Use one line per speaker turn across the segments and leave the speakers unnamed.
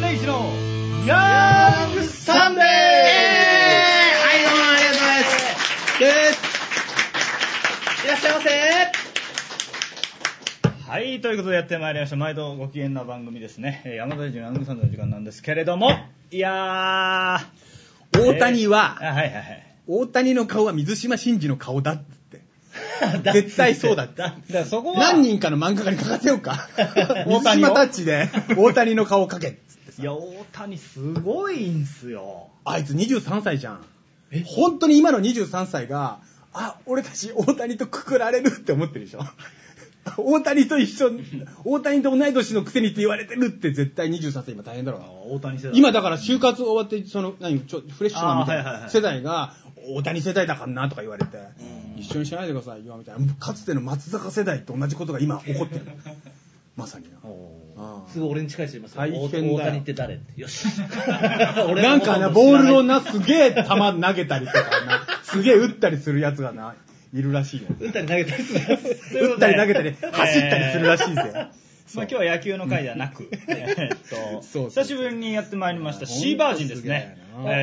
ネイジのヤングサンデー
はい、どうもありがとうございます。です。いらっしゃいませ
はい、ということでやってまいりました。毎度ご機嫌な番組ですね。えー山田人のヤングサンデーの時間なんですけれども、いやー。
大谷は、
えーあはいはいはい。
大谷の顔は水島真司の顔だっつって。 絶対そうだった
だからそこは、。
何人かの漫画家に書かせようか 水
大谷を
島タッチで、大谷の顔を描けっつって
いや、大谷すごいんすよ。
あいつ23歳じゃん
え。
本当に今の23歳が、あ、俺たち大谷とくくられるって思ってるでしょ。 大谷と一緒、大谷と同い年のくせにって言われてるって絶対23歳今大変だろうな。
大谷世代。
今だから就活終わって、その、何、ちょフレッシュマンみたい
あーはいはいは
ない世代が、大谷世代だからなとか言われて、一緒にしないでくださいよ、みたいな。かつての松坂世代と同じことが今起こって る。まさにな。あー
すぐ俺に近い人いますよ。
大変だよ
大谷って誰って。よし。
なんかな、ボールをな、すげえ球投げたりとかな、すげえ打ったりするやつがな、いるらしいよ。
打ったり投げたりする。
打ったり投げ たり、
えー
走ったりするらし いぜ。
まあ、今日は野球の回ではな く、えーっと
そうそう
久しぶりにやってまいりました、
うん
シーバージンですね
ほんとすげえな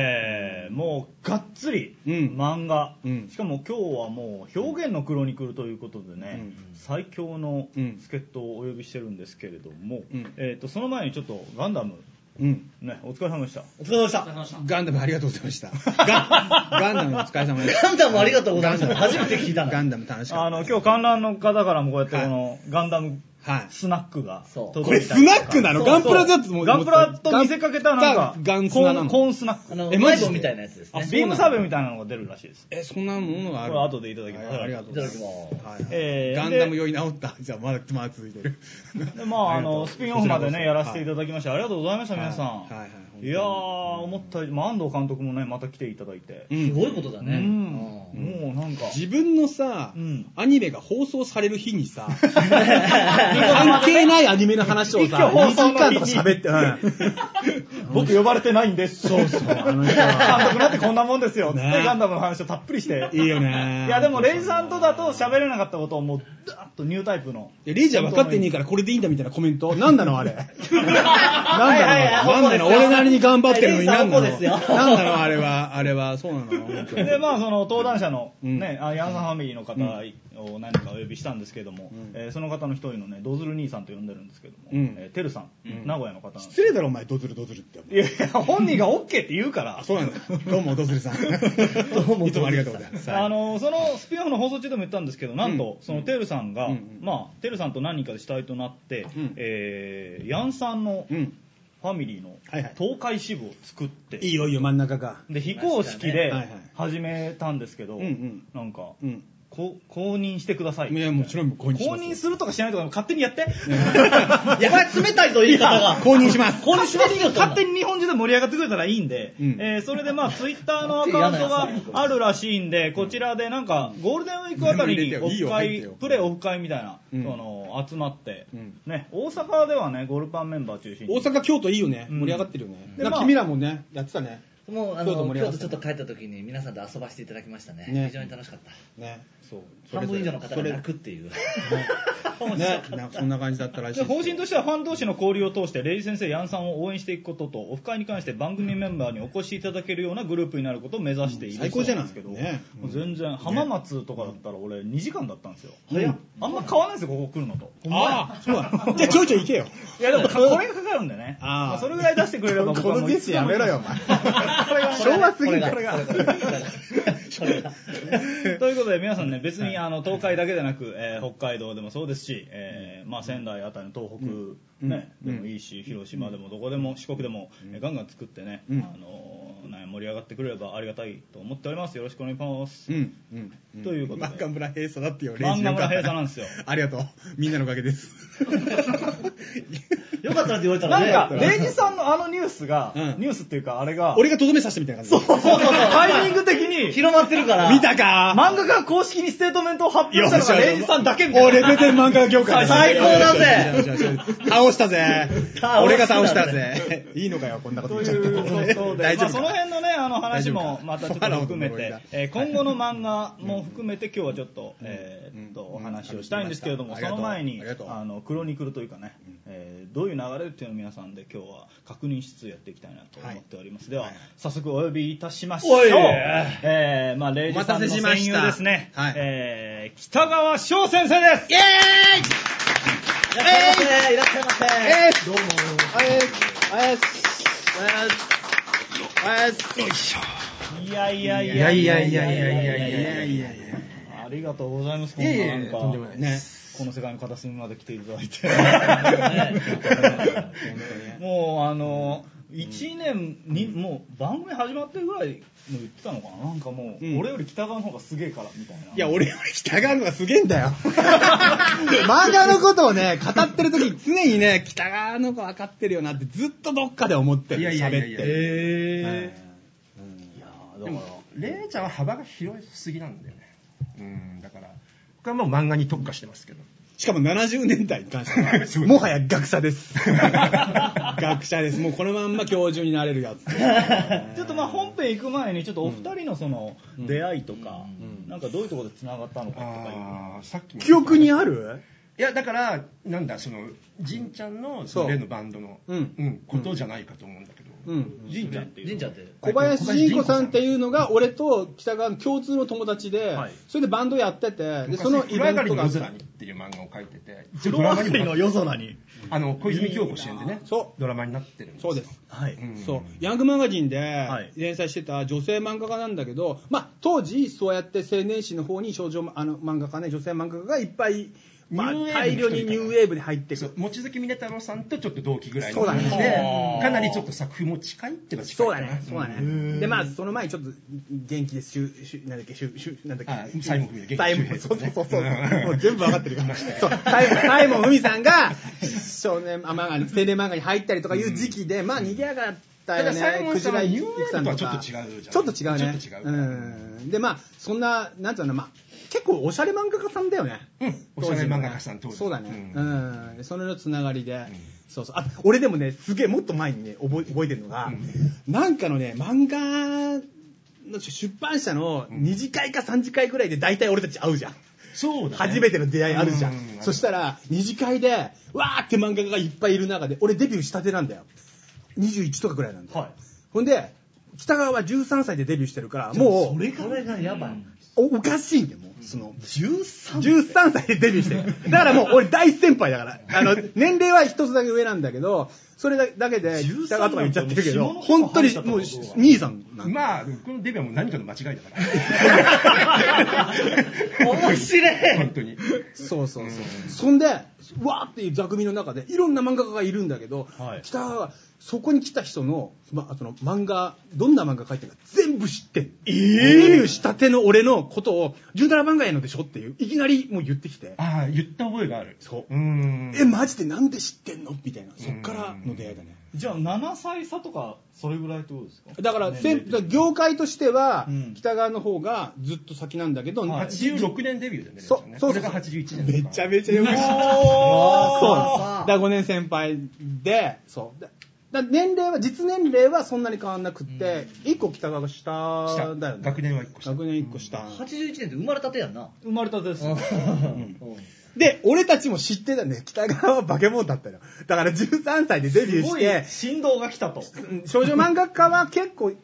えーもうがっつり
うん
漫画、
うん
しかも今日はもう表現のクロニクルということでね、
うん
最強の
うん
助っ人をお呼びしてるんですけれども、
うん
えーっとその前にちょっとガンダム、
うん。
ね、お疲れ様でした。
お疲れ様でした。
ガンダムありがとうございま した。ガンガンダムお疲れ様です。
ガンダムありがとうございました
ガンダム
初めて聞いたな
ガンダム楽しかった。
あの今日観覧の方からもこうやってこのガンダム
はい。
スナックが
そう
届
これ
いた
ス
りと
ナ
か
ックなの
そうそ
ガ
う
ンプラだと思う。
ガンプラと見せかけたなんか
ガンガンスナ
コー
な
ン
の
コーンスナック
あの、
え
え、
マ
マ
ジで
ジみたいなやつです
あ
ね。
ビームサーベルみたいなのが出るらしいです
え、そんなものがある
これ後でいただきます
はいありがとうございます。
いただきます
はいはい
えー
ガンダム酔い治った。 じゃあ、まだ、まだ続いてる。
でまあ、あのスピンオフまでねやらせていた
だ
だきまして、ありがとうございました、皆さん、
はいはいはい
い、やー、思ったより、まあ、安藤監督もね、また来ていただいて、
き
すごいことだ
うん
ね。うん
もうなんか、
自分のさ、
うん
アニメが放送される日 にさ、関係ないアニメの話をさ、
一挙放
2時
送の日
間
に
とか喋って、うん
僕、呼ばれてないんです、そうそう、
あ の
監
人は
督なんてこんなもんですよ、
ね
でガンダムの話をたっぷりして、
いいよね
いや、でも、レイさんとだと喋れなかったことを、もう、ダーッとニュータイプの、
いやレイジャー分かってねえからこれでいいんだみたいなコメント。なんなのあれ。なん
はいはい
なの
はい
なんなの
本当ですよ
俺なりに頑張ってるのに
はいレイジャー
なんなの
本当ですよ
なんなのあれは、あれは、そうなの本当に
でまあその登壇者の
うん
ね、あヤンサファミリーの方を何人かお呼びしたんですけども、
うん
えーその方の一人のねドズル兄さんと呼んでるんですけども、
うん
えーてるさん、
うん
名古屋の方なんです
失礼だろ、お前、ドズルドズルって。
いやいや本人が OK って言うから
あ、そうなんだ。どうも、ドズルさん。どうも、いつもありがとうございます。
あのそのスピンオフの放送中でも言ったんですけどなんと、そのテルさんが、
うんうん
まあ、テルさんと何人かで主体となって、
うん
えーヤンさんの
う
フ
ん。
ァミリーの
はいはい
東海支部を作って、
いいよ、いいよ、真ん中が。
で非公式
はい
で
はい
始めたんですけど、
うんうん
なんか、
うん。
こ公認してください
いや、もちろん、公認し
公
ます
認するとかしないとか勝手にやって
やばい、冷たいぞ、言い方が。
公認します。
これしましょう
勝手に日本中で盛り上がってくれたらいいんで、
うん
えーそれでまあツイッターのアカウントがあるらしいんでこちらでなんかゴールデンウィークあたりにオフ
いい
会
よ
プレーオフ会みたいな、
うん
その集まって、
うん
ね、大阪ではねゴルパンメンバー中心に
大阪、京都いいよね。
うん
盛り上がってるよね。
で
なんか
まあ
君らもね、やってたね。
もう、あ
京都盛
の、
り上がっ
今日
た
ちょっと帰った時に皆さんと遊ばせていただきました
ね
ね。非常に楽しかった。
ね。
そう
それ
半
ぞれ
分以上の方が泣くっていう。
ね。なんかそんな感じだったらし
で
い。
方針としてはファン同士の交流を通してレイジ先生ヤンさんを応援していくこととオフ会に関して番組メンバーにお越しいただけるようなグループになることを目指している
最高じゃない
そうですけど、
ね
もう全然浜松とかだったら俺2時間だったんですよ、
早っ
あんま変わらないですよここ来るのと
ああ、そうだ。じゃあ、ちょいちょい行けよ。
いやでもこれがかかるんでね
あー
まあ、それぐらい出してくれれば僕はもういつでもいい
よ、お前。
昭和す
ぎる
これが。これがこれが
ということで皆さんね別にあの東海だけでなく、えー北海道でもそうですし、えーまあ、仙台あたりの東北、ね
うん
でもいいし広島でもどこでも四国でも、えーガンガン作ってね、
うん
あのーね盛り上がってくれればありがたいと思っておりますよろしくお願いします、
うん、うん。
ということで
漫画村閉鎖だってよ、
漫画村閉鎖なん
ん
ですよ
ありがとう。みんなのおかげです。
よかったなって言われたら
な
ね。
んか、レイジさんのあのニュースが、
うん
ニュースっていうか、あれが、
俺がとどめさせたみたいな感じ。
そうそうそうタイミング的 に、
広まってるから。
見たか
漫画が公式にステートメントを発表したのがレイジさんだけみたいな。
俺出て漫画業界
最高だぜ
倒したぜ
倒したぜ
俺が倒したぜいいのかよ、こんなこと
と
言
い
っちゃって。
うことで、
大丈
まあ、
夫
その
か
辺のね、あの話
大丈夫
も
か
またちょっと含 めて、えー今後の漫画も含めて、今日はちょっと、えーっと、
うん
お話をしたいんですけれども、
あり
そ
がとう
の前に
ありがとう、
あの、クロニクルというかね、えーどういう流れっていうのを皆さんで今日は確認しつつやっていきたいなと思っております、では、
はい
早速お呼びいたしましょ
お
う
い
えー、まあレイジさんの戦友ですね
お待たせしましたはい
えー、北川翔先生です
イエ
いらっしゃいませ。いらっしゃいませ。
ーイどうも
あれ、あれ、
いやいやい
い
や
や
い
い
や
や
い
い
や
や
い
い
やい
やい
や
や
いや
いや
いや
い
い
い
や
や
ありがとうございます、こ
いやいやいや
か
とんでもないね
この世界の片隅まで来ていただいて。
ね
もうあの、1年に、もう番組始まってるぐらいの言ってたのかななんかもう、
うん
俺より北側の方がすげえから、みたいな。
いや、俺より北川のがすげえんだよ。漫画のことをね、語ってる時常にね、北川の子分かってるよなってずっとどっかで思ってる。
いやいやいやい
喋
や
ってる
へ
はい
いやーだか
でもレイちゃんは幅が広すぎなんだよねうんだから僕はもう漫画に特化してますけど
しかも70年代に関して
そう
は、もはや学者です。 学者です。もうこのまんま教授になれるやつ。
ら、ちょっとまあ本編行く前に、ちょっとお二人のその、
うん
出会いとか、
うん
なんかどういうところで繋がったのかとかいう。
ああさっきも
記憶にある
いやだからなんだそのじんちゃんのそ
そう
の例のバンドの
うん
ことじゃないかと思うんだけど、
うん。
神社っていう。
神社って。
小林慎子さんっていうのが、俺と北川の共通の友達で、
はい
それでバンドやってて、で、
昔
そのイベ
風呂上
ン
がり
ト
の
があ
夜
った
空にっていう漫画を書いてて
風呂上がりの夜空に。
あの小泉今日子主演でね
そ
ドラマになってるんです
そうです。
はい。
ん
そう、ヤングマガジンで
はい
連載してた女性漫画家なんだけど、まあ、当時、そうやって青年誌の方に少女あの漫画家ね、女性漫画家がいっぱい、まあ
ニューウェーブの人み、たいな
大量にニューウェーブに入ってく
そ
る
う。望月峰太郎さんとちょっと同期ぐらい
そ
の
うだね
感
う
じで
ん
かなりちょっと作風も近いっていうか近い
そう
か
だ
な
ね、そうだ
う
ね。
ん
で、まあ、その前にちょっと元気です、しゅしゅなんだっけ、しゅしゅなんだっ
あ
け、
サイモン文也
サイモン
元気
そうそうそうそう、
うん
もう全部わかってるから、そうサイサイモン文さんが少年あ漫画に、青年漫画に入ったりとかいう時期で、まあ、賑やかだ
た
よ
だ
ね、
サイモンさんは
クジ
ニ
ラ
ューウェーブとはちょっと違うじゃん
ちょっと違うね。
ちょっと違う
うん。で、まあ、そんな、なんつうの、まあ、結構おしゃれ漫画家さんだよね。
うんおしゃれ漫画家さん当時
そうだね。う
うん
ん。それのつながりで、
ん
そうそう。あ、俺でもね、すげえもっと前にね、覚え覚えてるのが、なんかのね、漫画の出版社の2次会か3次会ぐらいで大体俺たち会うじゃん。
そうだ、ね、
初めての出会いあるじゃん
う。う
そしたら、二次会で、わーって漫画家がいっぱいいる中で、俺デビューしたてなんだよ。21とかぐらいなんだよ。
はい
ほんで、北川は13歳でデビューしてるから、
そ
もう、
れが。これがやばい。
おおかしいんだよ、もう。その、13歳でデビューしてる。だからもう俺大先輩だから。あの、年齢は一つだけ上なんだけど、それだけで、
13
北川とか言っちゃってるけど、
なんてもう
本当に
下の方
もう
入ったってことは
兄さんなんだよ
まあこのデビューはもう何かの間違いだから
面白い。
本当に
そうそうそう。そんで、わーっていう座組の中で、いろんな漫画家がいるんだけど、
はい
北川は、そこに来た人の、ま、あその漫画、どんな漫画描いてるか全部知ってん、えデビューしたての俺のことを、17番がやのでしょっていう、いきなりもう言ってきて、
ああ言った覚えがある
そう
うん
え、マジでなんで知ってんのみたいな、そっからの出会いだね。
じゃあ7歳差とか、それぐらいってことですか
だから、
年
せ
齢
ん
的に
業界としては、
うん
北川の方がずっと先なんだけど、
はい
86年デビューだよね
そ
レイち
う、
ゃんね
そう
これが81年
めちゃ
ち
めちゃよく知ってる
おー
そう
さ
なん
あ
です。だ5年先輩で、そう。だだ年齢は、実年齢はそんなに変わんなくって、一1個北川が下だよね。
学年は1個下
学年1個下。
81年って生まれたてやんな。
生まれたてです。
で、俺たちも知ってたね。北川は化け物だったよ。だから13歳でデビュー
す
し
ごい
て、
振動が来たと。
うん少女漫画家は結構、比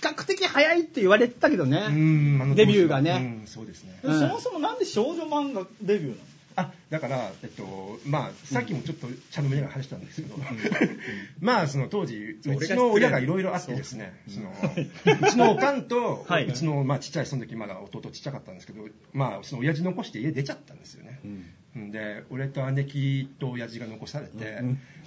較的早いって言われてたけどね。
うんあの
デ
当時は
ビューがね。
うんそうですね
でもそもそもなんで少女漫画デビューなの
あだから、えっとまあ、さっきもちょっと茶の間で話したんですけど、 まあその当時、
そう
うちの親がいろいろあってですね、その うちのおかんと、
はいう
ちの、まあ、ちっちゃい、その時まだ弟ちっちゃかったんですけど、まあ、その親父残して家出ちゃったんですよね。んで俺と姉貴と親父が残されて、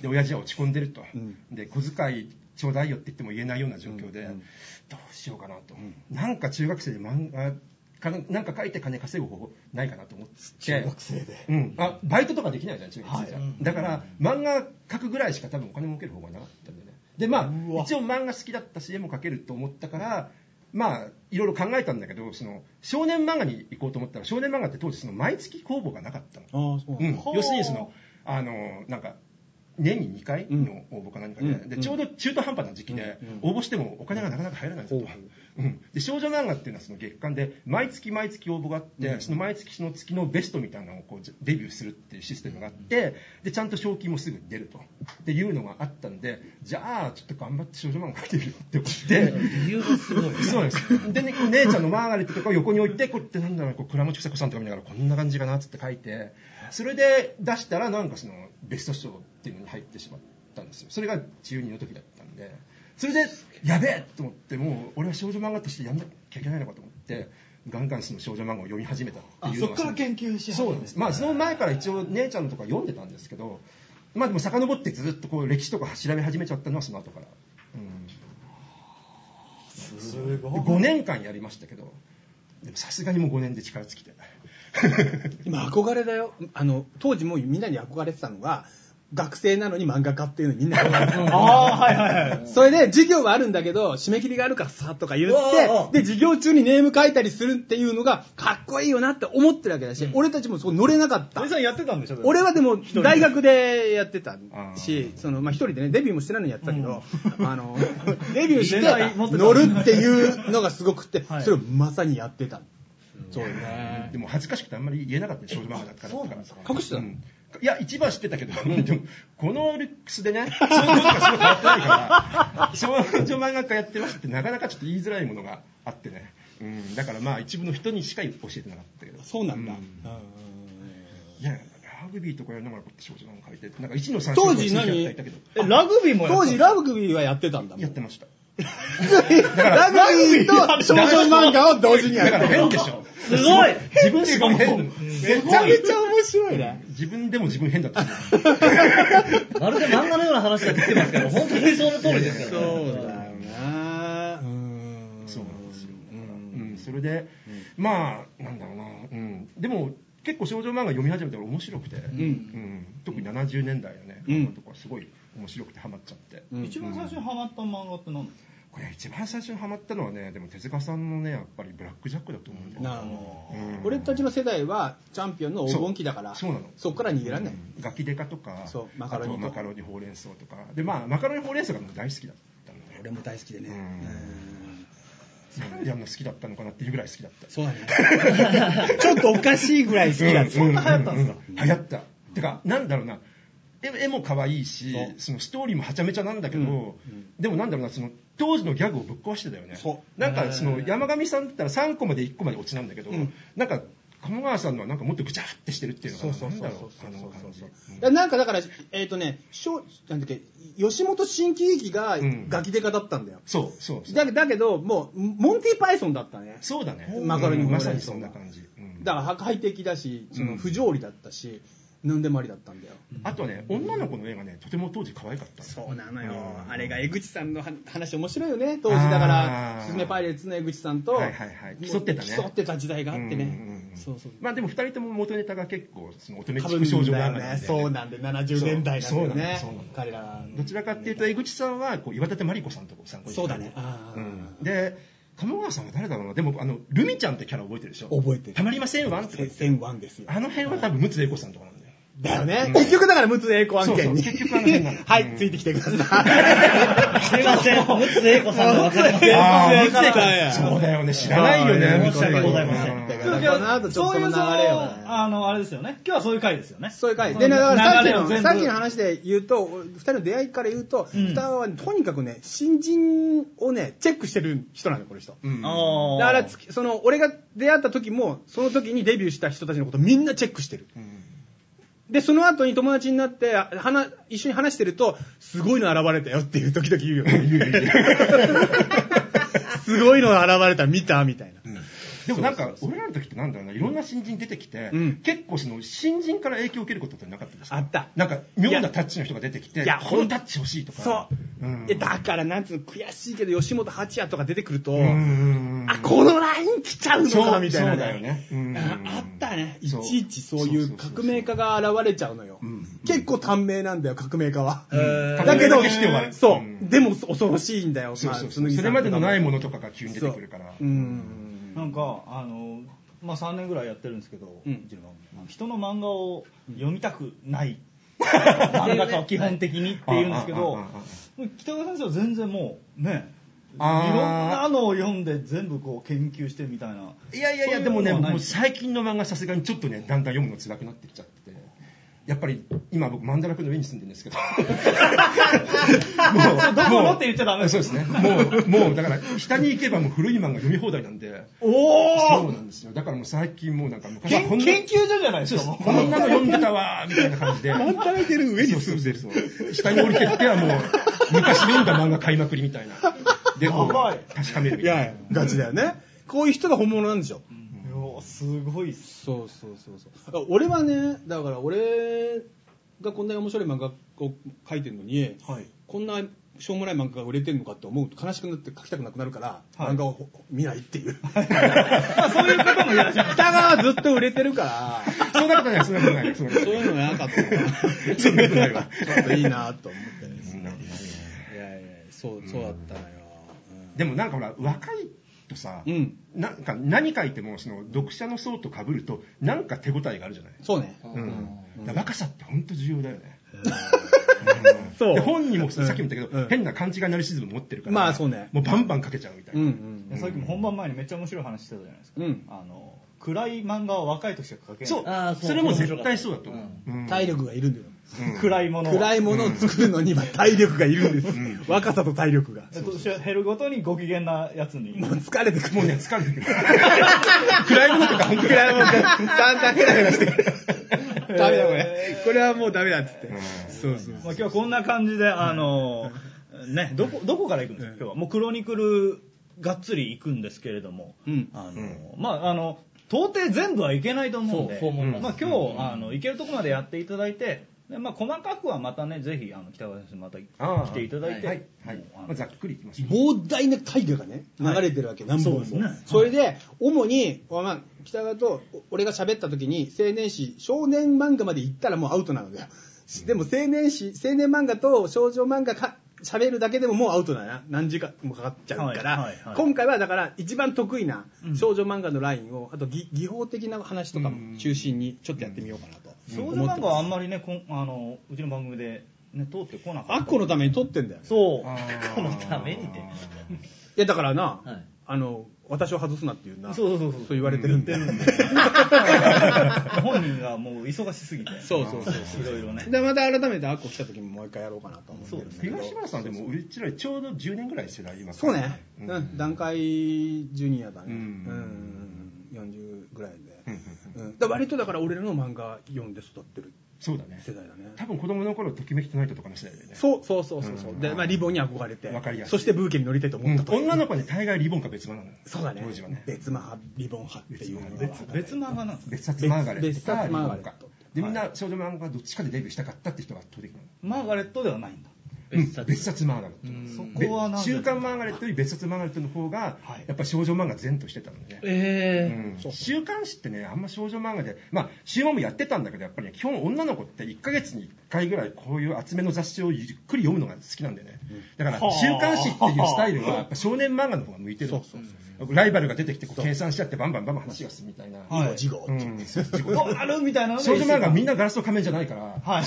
で親父は落ち込んでると、
うん
で小遣いちょうだいよって言っても言えないような状況で、
うんうん
どうしようかなと、なんか中学生で漫画かななんか書いて金稼ぐ方法ないかなと思って中学生で、うん、あバイトとかできないじゃん中学生じゃ、
はい
だから漫画書くぐらいしか多分お金儲ける方がなかったんでねでま
う
あ
わ
一応漫画好きだったし絵も描けると思ったからまあいろいろ考えたんだけどその少年漫画に行こうと思ったら少年漫画って当時その毎月公募がなかったの
ああ、そう
うん
ほう、
要するにそのあのなんか年に2回
うん
の応募か何かで,、
うん
でちょうど中途半端な時期で、
うん
応募してもお金がなかなか入らないんですよと
ほうほ、
うん、で少女漫画っていうのはその月間で毎月毎月応募があって、その毎月その月のベストみたいなのをこうじデビューするっていうシステムがあってでちゃんと賞金もすぐ出るとっていうのがあったんでじゃあちょっと頑張って少女漫画描いてみようって思って。
理由がすごい。
そうなんです。でね、こう姉ちゃんのマーガレットとかを横に置いて、こうやってなんだろう、こう倉持久子さんとか見ながら、こんな感じかなっつって書いて、 それで出したら、なんかその、ベスト賞っていうのに入ってしまったんですよ。それが中二の時だったんで、それで、やべえと思って、もう、俺は少女漫画としてやんなきゃいけないのかと思って、ガンガンその少女漫画を読み始めたっていうのが
あそっから研究し始めた
そうなんです。まあ、その前から一応、姉ちゃんのとか読んでたんですけど、まあでも遡ってずっとこう歴史とか調べ始めちゃったのはその後から。うん
す
で
ご
5
い。
年間やりましたけどでもさすがにもう5年で力尽きて
今憧れだよあの当時もうみんなに憧れてたのが学生なのに漫画家っていうのにみんな憧れて
あ
た
あ、はいはいはい。
それで授業があるんだけど締め切りがあるからさとか言っ
うわあ
てで授業中にネーム書いたりするっていうのがかっこいいよなって思ってるわけだし、俺たちもそこ乗れなかった
森さんやってたんでしょ
俺はでも
人で
大学でやってた
あ
し
ー
その、まあ、一人でねデビューもしてないのにやってたけど、あの デビューして
時 代持ってた
乗るっていうのがすごく て、
はい
それをまさにやってた、そうよね
でも恥ずかしくてあんまり言えなかったよ少女漫画だったから
そうなんですか
隠してた
う
の、
んいや一番知ってたけど、でもこのルックスでねそういうことがすごい変わってないから少女漫画家やってますってなかなかちょっと言いづらいものがあってね、うん、だからまあ一部の人にしか教えてなかったけど
そうなんだ、
う
うん
いやラグビーとかやりながらこうやって少女漫画描いてなんか1の3
当時
や
何
ったけど
えラグビーもやっ
当
てた
時ラグビーはやってたんだもん
やってました
ラグビーと少女漫画を同時にや
だ
っ
か
てた
ら変でしょ
すごい
自分すごい変
めちゃめちゃ面白いね
自分でも自分変だった
まるで漫画のような話が出てますけど、本当にその通りですよね。
だよなうん
そうなんですよ。
う
うんん、それで、まあ、なんだろうな、うん、でも、結構少女漫画読み始めたら面白くて、うん特に70年代のね、
うん
漫画とかすごい面白くてハマっちゃって、
うん
一番最初にハマった漫画って何ですか
これ一番最初にハマったのはね、でも手塚さんのね、やっぱりブラックジャックだと思うんだよ
なるほど、
うん
俺たちの世代はチャンピオンの黄金期だから
そうそうなの
そっから逃げられない、
うんガキデカとか、
そうマカロニと
あとマカロニほうれん草とか、で、まあ、マカロニほうれん草がもう大好きだったので、
俺も大好きでね、
うん
うん
なんであんな好きだったのかなっていうぐらい好きだった。
そうだね ちょっとおかしいぐらい好きだった、
そんな流行ったんですか、流行ったてかなんだろうな絵絵も可愛いし
そう
そのストーリーもはちゃめちゃなんだけど、
うん
でもなんだろうなその当時のギャグをぶっ壊してたよね
そ
なんかその山上さんだったら3個まで1個まで落ちなんだけど、
ん
なんか鴨川さんのはなんかもっとぐちゃってしてるっていうのが
そうそう
なん
そう
だろ
そう
うあの感じ
そう
うん
そうなんかだからえっ、とねしょなんだっけ吉本新喜劇が
うん
ガキデカだったんだよ、
そうそうそう
だだけどもうモンティ・パイソンだったね
そうだね
マカロニ
うん
ほうれん
ま
草
さにそんな感じ、うん
だから破壊的だしその不条理だったし、何でもありだったんだよ
あとね女の子の絵がねとても当時可愛かった
そうなのよ、
うん
あれが江口さんのは話面白いよね当時だから
あー
「すずめパイレーツ」の江口さんと、
はいはいはい競ってたね
競ってた時代があってね、
うんうんうん
そうそう
まあでも二人とも元ネタが結構その乙女
多
地
分
区少女
だ
漫
よ
画
ねそうなんで70年代なんだ
そう
よ
なんだ
ね
よそうなんだよ
彼ら
どちらかっていうと江口さんはこう岩立真理子さんとこ参考に
そうだねあー
うんで鴨川さんは誰だろうなでもあのルミちゃんってキャラ覚えてるでしょ
覚えてる
たまりませんわんって
せ千ワンですよ
あの辺は多分陸奥英子さんとかなんだよ
だよね、
うん
結局だから陸奥英子案件に
そうそう結局あの辺なの
はい、
うん
ついてきてください
すいません。陸奥英子さんがわかりません。
あー
陸奥英子さんや
そうだよね知らないよね
申し訳ございません
うん
だからこの後ちょっとの流
そういう
れを
そのあの、あれですよね。今日はそういう回ですよね。
そういう回
そ
でだからさっき
流れを
の
全部
さっきの話で言うと2人の出会いから言うと、
う
二
ん
人はねとにかくね新人をねチェックしてる人なんだよこの人
うん
あー
だからつきその俺が出会った時もその時にデビューした人たちのことみんなチェックしてる
うん
でその後に友達になってあ話一緒に話してるとすごいの現れたよっていう時々言う よね すごいの現れた見たみたいな
でもなんか俺らの時ってなんだろうないろんな新人出てきて、
うん
結構その新人から影響を受けることってなかったですか
あった
なんか妙なタッチの人が出てきて
いや
このタッチ欲しいとか
そう、
ん、
でだからなんつうの悔しいけど吉本八也とか出てくると、
うん
あこのライン来ちゃうの
そ
か
う
みたいな、
そうだよねうん
ああったねい
そう
ちいちそういう
そうそうそうそう
革命家が現れちゃうのよ
うん
結構短命なんだよ革命家は、
えー
だけど
革命家としては
そう、
うん
でも恐ろしいんだよ
そうそうそ
ま
う
あ紬
そ
さ
れ
ん
ま
とか
でのないものとかが急に出てくるから
そううん
なんか、あの、まあ3年ぐらいやってるんですけど、
うん
う ちの番組人の漫画を読みたくない漫画家は基本的にって言うんですけ
あ
ど
ああああ
北川先生は全然もうねいろん
あー
なのを読んで全部こう研究してみたいない
やいやいや、
そう
で
う
もね、
のはない
もう最近の漫画さすがにちょっとね、だんだん読むの辛くなってきちゃってて。やっぱり今僕マンダラ君の上に住んでるんですけ ども
どこのって言っちゃダメ
そうですねもうもうだから下に行けばもう古い漫画読み放題なんで
お
そ
お
うなんですよだからもう最近もうなんか昔は
研
こんな
研究所じゃないです
そう
かもう
です こんなの読んでたわーみたいな感じで
んたらいてる上に住んでる。
そうそう下に降りてきてはもう昔読んだ漫画買いまくりみたいなでこ
やばいう
確かめるみ
い
たいな
や、ガチだよね。こういう人が本物なんでしょ。
いやーすごいっす
そうそうそうそう。俺はね、だから俺がこんなに面白い漫画を書いてるのに、
はい
こんなしょうもない漫画が売れてるのかって思うと悲しくなって書きたくなくなるから、
はい
漫画をほ見ないって いう。
まあそういう方もいらっしゃる
北川はずっと売れてるから、
そんなことないそんなことないそんなこ
そう
とない
いうのなかったから、
そんなことないわ
ちょっといいなと思ってね。
そんなこと
い
ない
やいや、そう、そうだったのよ。うん
でもなんかほら若いとさ、
うん
なんか何書いてもその読者の層と被るとなんか手応えがあるじゃない、
そうね。
うん、だから若さって本当重要だよね、ん
そう
で本人もさっきも言ったけど、
うん
変な勘違いナルシズム持ってるから、
まあそうね
もうバンバン書けちゃうみたい
うん
な、
うん
い。やさっきも本番前にめっちゃ面白い話してたじゃないですか、
うん
あの暗い漫画は若い時しか描けない
そう
あーそう
それも絶対そうだと思う、うん
体力がいるんだよ。
うん
暗いものを
暗いものを作るのには体力がいるんです。
ん
若さと体力が。
年が減るごとにご機嫌なやつに
もう疲れてくる。
もうね疲れてくる暗いものとか本当に
暗いもので、だんだんヘラヘラしてくる。ダメだこ
え
れ。これはもうダメだっつって
うん。
そうそう
まあ、今日はこんな感じで、あのね、どこどこから行くんですか、今日はもうクロニクルがっつり行くんですけれども、
うん
あの
う
まああの到底全部はいけないと思うんで
そうそう思います
まあ、今日、あの行けるところまでやっていただいて、でまあ、細かくはまたねぜひあの北川先生また
あー
来ていただいて、
はい、はい
もうあの
まあ、ざっくりいきましょう
膨大な大河がね、流れてるわけ、何本も。
そうですね
それで、主に、まあ、北川とお俺が喋った時に、青年誌、少年漫画まで行ったらもうアウトなのだよ。でも青年誌、青年漫画と少女漫画か、喋るだけでももうアウトだな。何時間もかかっちゃうから、
はいはいはい
今回はだから一番得意な少女漫画のラインを、あとぎ技法的な話とかも中心にちょっとやってみようかなと
少女
思っ
漫
て
画
ま
は
す。
あんまりねこんあのうちの番組で、ね、通ってこなかっ
アッ
た
コのために撮ってんだよ。
そう
あー
このためにね
いやだからな、
はい
あの、私を外すなっていうな。
そうそうそう
そう言われてるんで。
本人がもう忙しすぎて
そうそうそう
いろいろね
でまた改めてアッコ来た時ももう一回やろうかなと思ってるんだけど
東村さんでもうちらちょうど10年ぐらい世代今
そうね、うん
うん
段階ジュニアだね、う
うん
ん40ぐらいで、
うん
うんだ割とだから俺らの漫画読んで育ってる
そうだね
世代だね
多分子供の頃ときめきとないととかの世代だよね
そうそうそうそうそう、
うん
で、まあ、リボンに憧れて
わかりやすい
そしてブーケに乗りたいと思
ん
ったと、
女の子に大概リボンか別マなのよ
そうだね
当時はね
別マ派リボン派っていうのが
別
別漫画なんですね
別冊マーガレット
別別冊
かリボ
マーガ
ン
レッ
か
ト
でみんな少女漫画どっちかでデビューしたかったって人が圧倒的なの
マーガレットではないんだ
うん別冊マーガレッ
そ
トで
こはなんで
週刊マーガレットより別冊マーガレットの方が
はい
やっぱ少女漫画前としてたのね
ええ
うん週刊誌ってね、あんま少女漫画で、まあ、週刊もやってたんだけど、やっぱり、ね、基本女の子って1ヶ月に1回ぐらいこういう厚めの雑誌をゆっくり読むのが好きなんだよね。だから、週刊誌っていうスタイルは、やっぱ少年漫画の方が向いてる。ライバルが出てきて、こう計算しちゃってバンバンバンバン話が進むみたいな。
はい
自業
うん
どうなるみたいなので
少女漫画みんなガラスの仮面じゃないから、
はい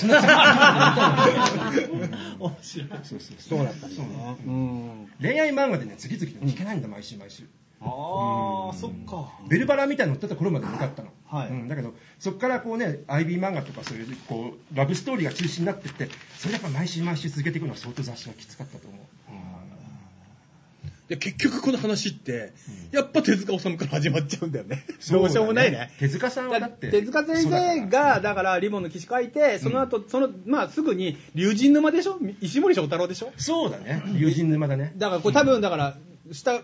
面白い
そうそうそう
そうだったんだねうん
恋愛漫画でね、次々と聞けないんだ、毎週毎週。
ああそっか
ベルバラみたいに乗ってた頃まで良かったの、
はい
うん、だけどそこからこうね IB 漫画とかそういうこうラブストーリーが中心になってってそれやっぱ毎週毎週続けていくのは相当雑誌はきつかったと思う、
いや結局この話って、やっぱ手塚治虫から始まっちゃうんだよね。
だ
どうしようもないね。
手塚さんはだって
手塚先生が、だから、リボンの騎士書いて、その後、その、まあ、すぐに、竜神沼でしょ石森章太郎でしょ
そうだね友人沼だね
だから、これ多分、だから、下、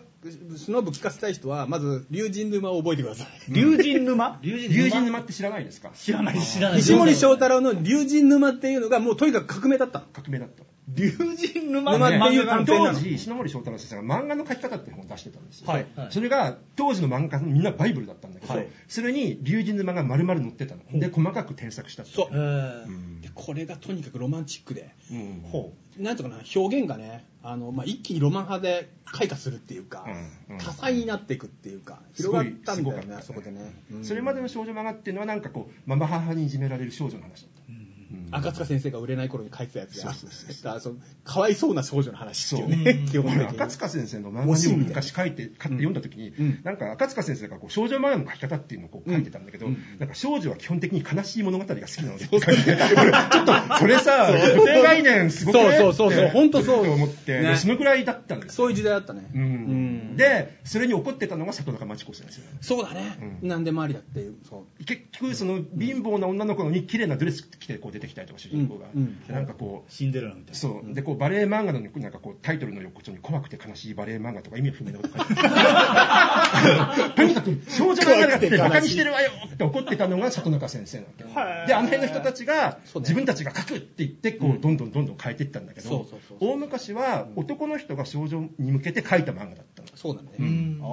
スノブ聞かせたい人は、まず、竜神沼を覚えてください。
竜神沼
友人沼って知らないですか
知らない知らない
石森章太郎の竜神沼っていうのが、もうとにかく革命だったの。
革命だった
竜神沼
沼ってい
漫画
う短
が
編なの
当時石ノ森章太郎先生が漫画の描き方っていう本を出してたんですよ、
はい
はい
それが当時の漫画のみんなバイブルだったんだけど、
はい
それに竜神沼が丸々載ってたので細かく添削したっていう
そう
え。え
でこれがとにかくロマンチックで、
うん
ほ
なんとかな、表現がね、あの、まあ、一気にロマン派で開花するっていうか、
うんうん
多彩になっていくっていうか、
す
広
ご
が
い
ったんだよ
すご
ね、
かった
あそこでね。
それまでの少女漫画っていうのはなんかこうママ母にいじめられる少女の話だった、
ううん
うん
赤塚先生が売れない頃に書いてたやつが、だからそのかわいそうな少女の話っていうね、 基本的
俺
に。
赤塚先生の漫
も
画
し
に
みた
も
いな
昔書いて、買って読んだ時に、
うん
なんか赤塚先生がこう少女漫画の書き方っていうのをこう書いてたんだけど、なんか少女は基本的に悲しい物語が好きなのでって書いてて、俺ちょっとそれさ、固定概念すごくね
そうそうそうそう
って
ほんとそう
って思って、
ね
そのくらいだったんですよ。
そういう時代だったね。
うん
うん
で、それに怒ってたのが里中真知子先生なんですよ
そうだね。
うん
なんでもありだっていう。そう。
結局、その貧乏な女の子に綺麗なドレス着てこう出てきたりとか、主人公が。
うんうん
でなんかこう、
シンデレラみたいな。
そう。で、こう、バレエ漫画の、なんかこう、タイトルの横丁に怖くて悲しいバレエ漫画とか意味不明なこと書いてあ るとにかく、少女漫画だってバカにしてるわよって怒ってたのが里中先生なわ
へー
け。で、あの辺の人たちが、
そうね
自分たちが書くって言って、こう、どんどんどんどん変えていったんだけ
そう
ど
そうそう、
大昔は男の人が少女に向けて書いた漫画だったの。
そうなんだね。
うん
あ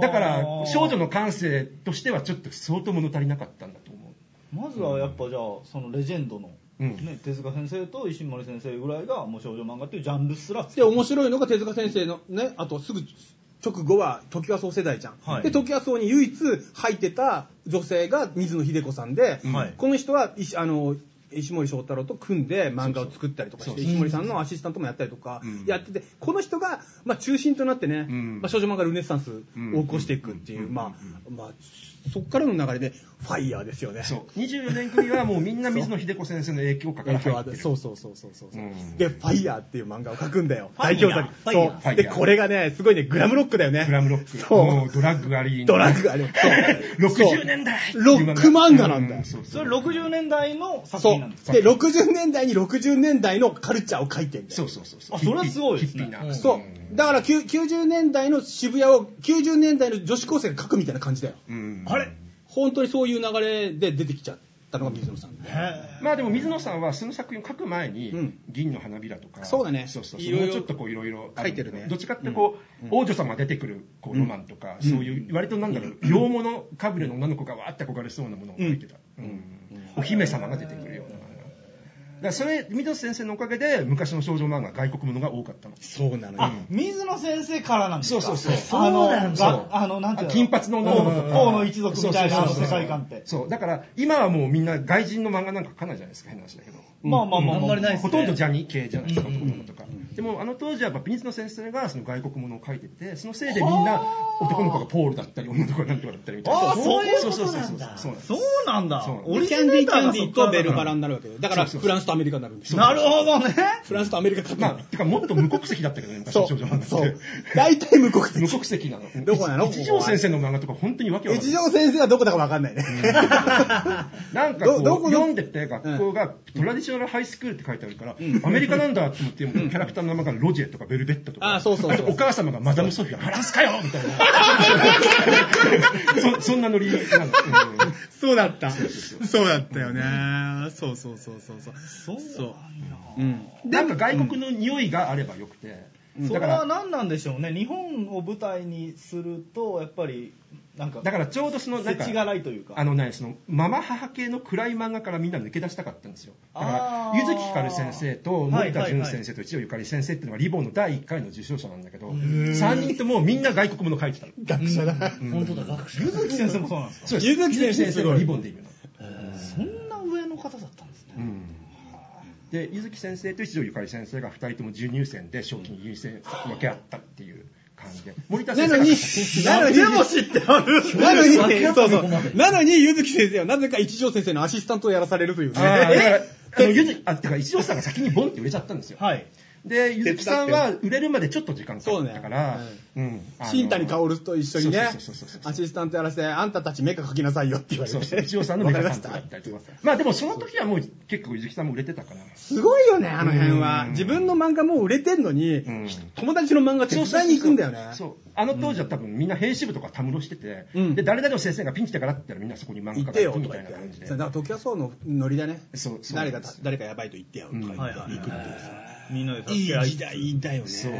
ー
だから、少女の感性としてはちょっと相当物足りなかったんだと思う。
まずはやっぱじゃあそのレジェンドの、
うん
ね、手塚先生と石森先生ぐらいがもう少女漫画っていうジャンルすら
で、面白いのが手塚先生のね、あとすぐ直後は時和荘世代じゃん。
はい
で、時和荘に唯一入ってた女性が水野秀子さんで、
はい
この人は石、あの、石森章太郎と組んで漫画を作ったりとかして、石森さんのアシスタントもやったりとか
うん
やってて、この人が、まあ、中心となってね、
うん
まあ、少女漫画ルネッサンスを起こしていくっていう、
うん
まあ、まあ、そっからの流れで、ファイヤーですよね。
そう。24年組はもうみんな水野秀子先生の影響下から
影響
入
は
ってる。
そうそうそうそうそうそう、
うん
で「ファイヤーっていう漫画を描くんだよ
ファ
代
イヤー
表作
ファイヤー
そ
ファ
う
イヤー
でこれがねすごいねグラムロックだよね
グラムロック。も
そう
ドラッグあり。
うドラッグがね そうそう
60年代。
ロック漫画なんだよ、
うそう
そ
そう
れ60年代の作
そ
品なんです
うで60年代に60年代のカルチャーを描いてんだよ
そうそうそうそう。
あそれはすごいですね
ヒッピーな
そうだからきゅ90年代の渋谷を90年代の女子高生が描くみたいな感じだよ
うん
あれ
本当にそういう流れで出てきちゃったのが水野さんで
まあでも水野さんはその作品を書く前に、
うん
銀の花びらとか、
そうだね
そうそう
い
そ
ろい
う
ろ
もうちょっとこういろいろあんだけど
書いてるね
どっちかってこう、王女様が出てくるこうロマンとか、そういう、割となんだろう、洋物かぶれの女の子がわーって憧れそうなものを書いてた。うんお姫様が出てくるような漫画。だからそれ、水野先生のおかげで昔の少女漫画、外国ものが多かったの。
そうなの
あ水野先生からなんですか
そうそうそう
あ
そう
の
なんだ
があのなんていうの
金髪の
王
女
の
の子とか
王の一族みたいなあの
そうそうそうそ
世
う
界観って
そうだから今はもうみんな外人の漫画なんか書かないじゃないですか変な話だけど
まあまあまあまあ
うんあんまりないです
ほとんどジャニー系じゃないですか
うん
男の子とかでもあの当時はやっぱピニスの先生がその外国ものを書いててそのせいでみんな男の子がポールだったり女の子がなんとかだったりみたいな
あーそういうこと
そうそうそうそう
なんだ
そうなん
そうなんだ
ですそう
オリ
キ
ジ
ャンデ
ナル
ィーキャン
が
ディ
そっ
ー
か
と
ら
ベルカラになるわけでだから
そうそうそう
フランスとアメリカになるんでしょ
なるほどね
フランスとアメリカ書くんだ
まあてかもっと無国籍だったけどね昔
そ
の
う
少女漫画って
そう。大体無国
無
籍。
国籍なの
どこなの
一一条先生の漫画とか本当にわけわかんない
越上先生はどこだかわかんないね。
なんかこう
どどこの
読んでて学校がトラディショナルハイスクールって書いてあるから、アメリカなんだと思って、キャラクターの名前がロジェとかベルベットとか、
あそうそうそう
とお母様がマダムソフィア、フランスかよみたいなそ、そんなノリなんだ。
そうだった。そうだったよね。そうそうそうそうそう。
そう
うん。
うんなんか外国の匂いがあればよくて、
そ
だ
れ
か
は
ら、
何なんでしょうね日本を舞台にするとやっぱりなんか
だからちょうどその、なん
世
か
知、辛いというか
あのね、その、ママ母系の暗い漫画からみんな抜け出したかったんですよ。だか
あ
ら、
ー
柚木ひかる先生と森田純先生と一条ゆかり先生っていうのがリボンの第1回の受賞者なんだけど、3人ともみんな外国もの書いてたの。
学者だ。
本当だ、学者。
柚木先生もそうなんですか
そうです。
柚木先生
柚木がリボンで有名なの。
そんな上の方だったんですね
で、柚木先生と一条ゆかり先生が2人とも準入選で賞金優先分け合ったっていう感じで。森田
な
先
の
生
に
が、
なのに、
知ってある
なのに、
脇役
そうそ
ここまで
う。なのに、ゆずき先生はなぜか一条先生のアシスタントをやらされるという
あーだから
ね。
あの柚木あ、てか一条さんが先にボンって売れちゃったんですよ。
はい
で、柚木さんは売れるまでちょっと時間かかったから
そうね、
うんあの
新谷薫と一緒にね
そうそうそうそう、そう
アシスタントやらせて、あんたたちメカ描きなさいよって言われ
そう
て
そう、。一応さんのメガ
わか
監
りまし
督だ
た
ったりとか。まあでもその時はもう結構、ゆずきさんも売れてたから。
すごいよね、あの辺は
う。ん
自分の漫画もう売れてんのに
ん、
友達の漫画手伝いに行くんだよね。
そう。あの当時は多分みんな編集部とかたむろしてて、
うん
で、誰々の先生がピンチだからって言ったらみんなそこに漫
行
画
って
家
よ
が行く
と
み
か
たい
言って
な感じで。
それだから時はそうのノリだね
そうそう
誰かた誰かやばいと言ってよとか言って
はいはい
行くっていうさ
みんなで助
い
け合
い
い
時代だよね
そう、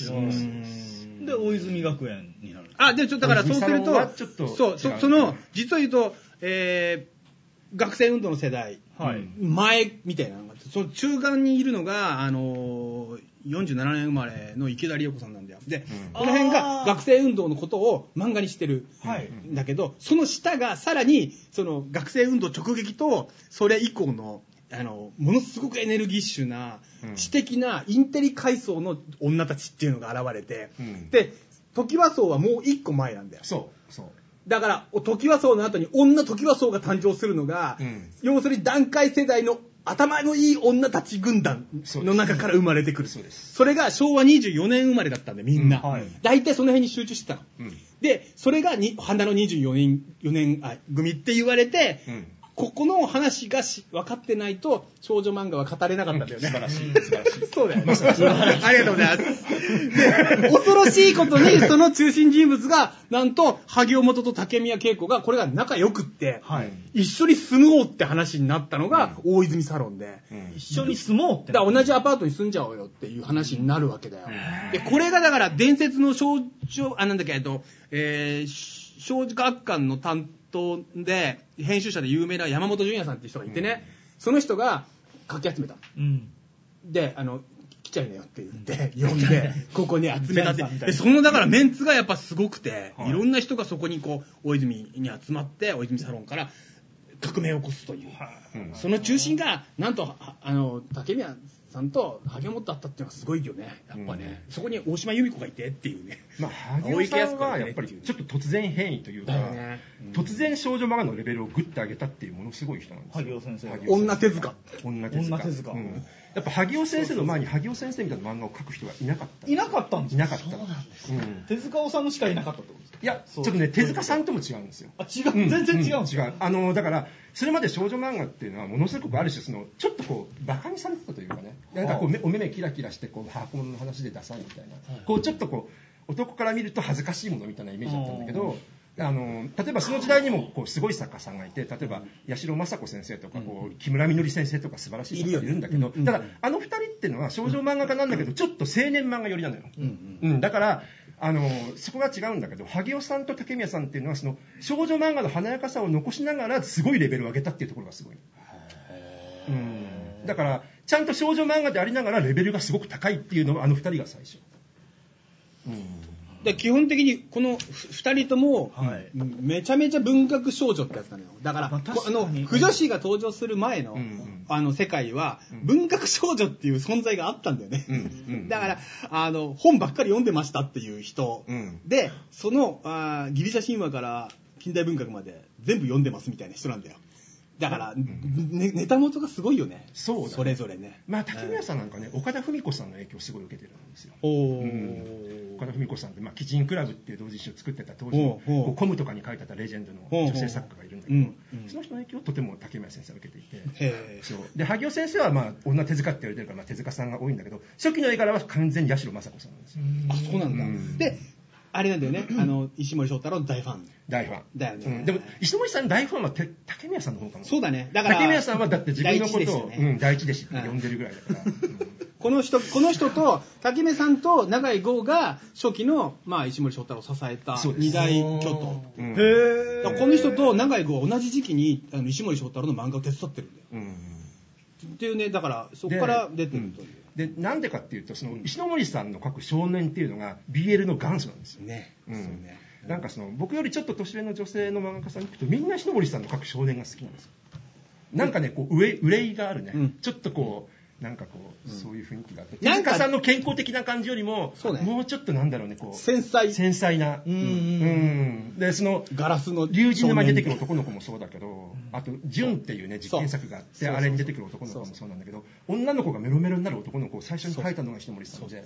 そうです。
で大泉学園になる
あでちょだからそうする
水沢はちょっ
と
と
そう
違う
そ
ね
その実を言うと、えー学生運動の世代
はい、
前みたいなのがあってその中間にいるのが、あのー47年生まれの池田理代子さんなんだよで、この辺が
あー
学生運動のことを漫画にしてる
はい
んだけど、その下がさらにその学生運動直撃とそれ以降のあのものすごくエネルギッシュな
うん
知的なインテリ階層の女たちっていうのが現れて、
うん
で時和層はもう一個前なんだよ
そうそう
だからお時和層の後に女時和層が誕生するのが、
うん
要するに団塊世代の頭のいい女たち軍団の中から生まれてくる
そうです
それが昭和24年生まれだったんでみんな、
うんはい
大体その辺に集中してたの、
うん
でそれがに花の24年 ,4 年あ組って言われて、
うん
ここの話がし分かってないと少女漫画は語れなかったんだよね、
素晴らしい素晴らしい
そうだよね。ありがとうございます。で、恐ろしいことに、その中心人物が、なんと、萩尾元と竹宮恵子が、これが仲良くって、
はい
一緒に住もうって話になったのが、大泉サロンで。
うん
一緒に住もうって
だ
な
から同じアパートに住んじゃおうよっていう話になるわけだよ。で、これがだから伝説の少女、あ、なんだっけ、えっと、えーし少女学館の担当で、編集者で有名な山本淳也さんっていう人がいてね、その人がかき集めたの。
うん
で、あの、来ちゃいなよって言って、呼んで、ここに 集めたって
来ちゃいなみたい。な
で、そのだからメンツがやっぱすごくて、
はい
いろんな人がそこにこう、大泉に集まって、大泉サロンから革命を起こすという。
うん
その中心が、なんと、ああの、竹宮さんと萩本だったっていうのはすごいよね。やっぱね。そこに大島由美子がいてっていうね。
まあ、萩尾さんはやっぱりちょっと突然変異というか、
だよね
突然少女漫画のレベルをグッと上げたっていうものすごい人なんですよ
萩尾先生
萩尾
女手塚。
女手塚
女手塚
うんやっぱ萩尾先生の前に萩尾先生みたいな漫画を描く人がいなかった
いなかったんです
いなかった
そうなんです
うん
手塚治虫しかいなかったってことですか
いやち
そ
ょ
う
っとね手塚さんとも違うんですよ
あ違う全然違うんです
違うあのだからそれまで少女漫画っていうのはものすごくある種そのちょっとこうバカにされてたというかねなんかこうめお目目キラキラしてこう箱の話でダサいみたいな、こうちょっとこう男から見ると恥ずかしいものみたいなイメージだったんだけどあの例えばその時代にもこうすごい作家さんがいて例えば八代雅子先生とかこう木村みのり先生とか素晴らしい作家いるんだけどただあの二人っていうのは少女漫画家なんだけどちょっと青年漫画寄りなのよ。うん、だからあのそこが違うんだけど萩尾さんと竹宮さんっていうのはその少女漫画の華やかさを残しながらすごいレベルを上げたっていうところがすごい、うん、だからちゃんと少女漫画でありながらレベルがすごく高いっていうのはあの二人が最初、うん、
で基本的にこの2人とも、
はい
めちゃめちゃ文学少女ってやつなのよだから、
まあ確
こ
か
あ
に
の腐女子が登場する前の,、
うんうん
あの世界は、
ん
文学少女っていう存在があったんだよね、
うんうん
だからあの本ばっかり読んでましたっていう人、
うん
でそのあーギリシャ神話から近代文学まで全部読んでますみたいな人なんだよだから、ねネタ元がすごいよね
そうだね
それぞれね
まあ竹宮さんなんかね、岡田文子さんの影響をすごい受けてるんですよ
おお、
うん岡田文子さんって、まあ、キジンクラブっていう同人誌を作ってた当
ほ
時の
うほう
こうコムとかに書いてたレジェンドの女性作家がいるんだけ
う
ど
んうん
その人の影響をとても竹宮先生は受けていて
へー
そうで萩尾先生は、まあ、女手塚って言われてるから、まあ、手塚さんが多いんだけど初期の絵柄は完全に八代雅子さんなんですよ
あ、そうなんだ。
うん
で、あれなんだよ ね、あの、石森章太郎の大ファン。
大ファン
だよね
うんでも石森さん大ファンはて竹宮さんの方かも
そうだね。だから、
竹宮さんはだって自分のこ
第一
と
弟子
を
だ
う
よね
ん第一弟子って呼んでるぐらい だから、
この人、この人と、竹宮さんと永井豪が初期の、まあ、石森章太郎を支えた
そうです
二大巨頭。
うんうん
へ
だからこの人と永井豪は同じ時期にあの石森章太郎の漫画を手伝ってるんだよ。
うん
っていうね、だから、そこから出てるという。
でなんでかっていうとその石森さんの書く少年っていうのが BL の元祖なんですよ、
ね。
うん
そうね。
なんかその僕よりちょっと年上の女性の漫画家さんに聞くとみんな石森さんの書く少年が好きなんですよなんかねこう憂い憂いがあるね、
うん
ちょっとこうなんかこう、そういう雰囲気があって
な
なんん
か
かさんの健康的な感じよりも
そうね
もうちょっとなんだろうねこう
繊細。
繊細な
うん
うんでその
ガラスの
竜神の前に出てくる男の子もそうだけど、あと、純っていうね、実験作があって、あれに出てくる男の子もそうなんだけど、女の子がメロメロになる男の子を最初に描いたのが石森さんで、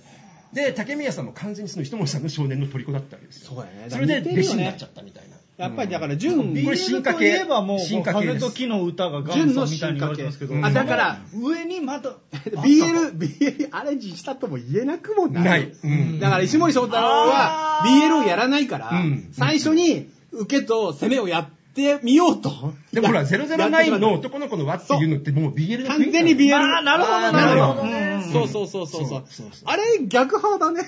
で、竹宮さんも完全にその石森さんの少年の虜だったわけですよ。
そうだね
それ
だ
で
から似てるよ
弟子
ね
になっちゃったみたいな。
やっぱりだから、
う
純、
ん
これ
BL
進化
とい
系
えばもう
進化系で
風
す
と木の歌が元
純の
祖みたい
進
に言わ
化
れて
系
ますけど、。
あ、だから、
上にまた
BL、BL アレンジしたとも言えなくもない。
ないうん
だから石森章太郎は BL をやらないから、
うん
最初に受けと攻めをやってみようと。
でもほら、009の
やってしまっ
男の子の輪っていうのってもう BL
た
の
完全に BL。
あーなるほど
あー
なるほど
ね
そうそうそうそう
そ
そう
うそうそう
あれ逆派だね。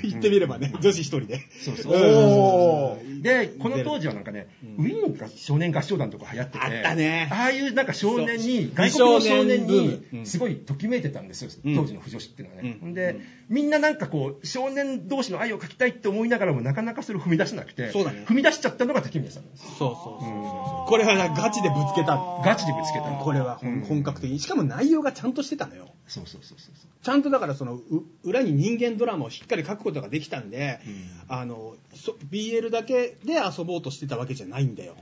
うん
言ってみればね、女子一人で。
そうそう
おー
で、この当時はなんかね、ウィーンが少年合唱団とか流行ってて、
あったね
ああいうなんか少年に、
そう
外国の少
美少年
年
ブームうん
に、すごいときめいてたんですよ、
うん
当時の腐女子っていうのはね。
うん
ん、で、みんななんかこう、少年同士の愛を描きたいって思いながらも、なかなかそれを踏み出せなくて、
そうだね
踏み出しちゃったのが竹宮さんなんですよ。
そうそうこれはなガチでぶつけた。
ガチでぶつけた
これは
うん
本格的に。しかも内容がちゃんとしてたのよ。
そうそうそうそうそ
ちゃんとだからそのう裏に人間ドラマをしっかり書くことができたんで、
う
あのそ BL だけで遊ぼうとしてたわけじゃないんだよ。